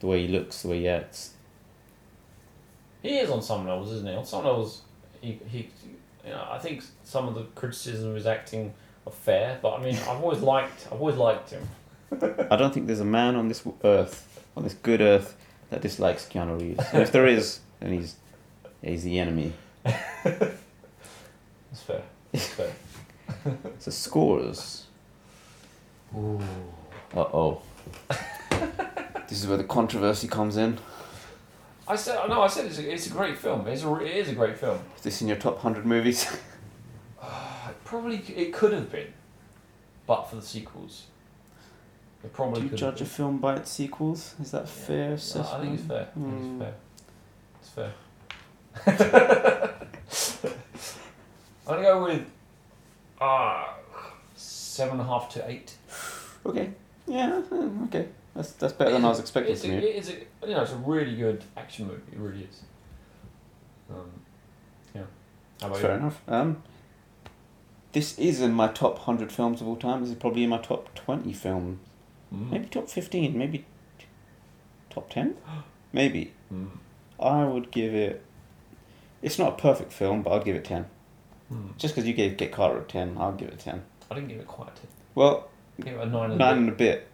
S2: the way he looks, the way he acts.
S1: He is on some levels, isn't he? On some levels, he, he you know, I think some of the criticism of his acting are fair, but
S2: *laughs*
S1: I mean, I've always liked I've always liked him.
S2: I don't think there's a man on this earth, on this good earth, that dislikes Keanu Reeves. And if there is, then he's, he's the enemy.
S1: It's fair. It's fair.
S2: So scores.
S1: Ooh.
S2: Uh oh. this is where the controversy comes in.
S1: I said no. I said it's a, it's a great film. It's a, it is a great film. *sighs*
S2: Is this in your top hundred movies?
S1: It probably it could have been, but for the sequels, it probably
S2: Do you
S1: could
S2: judge a
S1: have
S2: film by its sequels? Is that fair
S1: been. No,
S2: assessment?
S1: I think it's Hmm. fair. I think
S2: Hmm.
S1: It's fair. It's fair. *laughs* I'm gonna go with ah seven and a half to eight.
S2: Okay. Yeah. mm, Okay. That's that's better than I was expecting
S1: It's
S2: from
S1: a,
S2: you.
S1: it is a, you know it's a really good action movie. It really is. Um, yeah. How about
S2: Fair
S1: you?
S2: enough. Um. This is in my top hundred films of all time. This is probably in my top twenty film.
S1: Mm.
S2: Maybe top fifteen. Maybe t- top ten. *gasps* Maybe
S1: Mm.
S2: I would give it. It's not a perfect film, but I'd give it ten.
S1: Mm.
S2: Just because you gave Get Carter a ten, I'll give it ten.
S1: I didn't give it quite a ten.
S2: Well,
S1: I gave it a nine. and a
S2: nine and
S1: *laughs*
S2: a bit.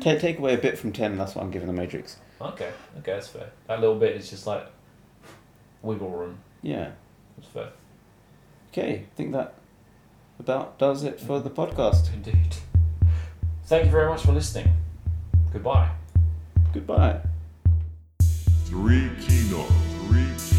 S2: take take away a bit from ten. That's what I'm giving The Matrix.
S1: Okay, okay, that's fair. That little bit is just like wiggle room.
S2: Yeah.
S1: That's fair.
S2: Okay, I think that about does it for the podcast.
S1: Indeed. Thank you very much for listening. Goodbye.
S2: Goodbye.
S7: Three keynote. Three keynote.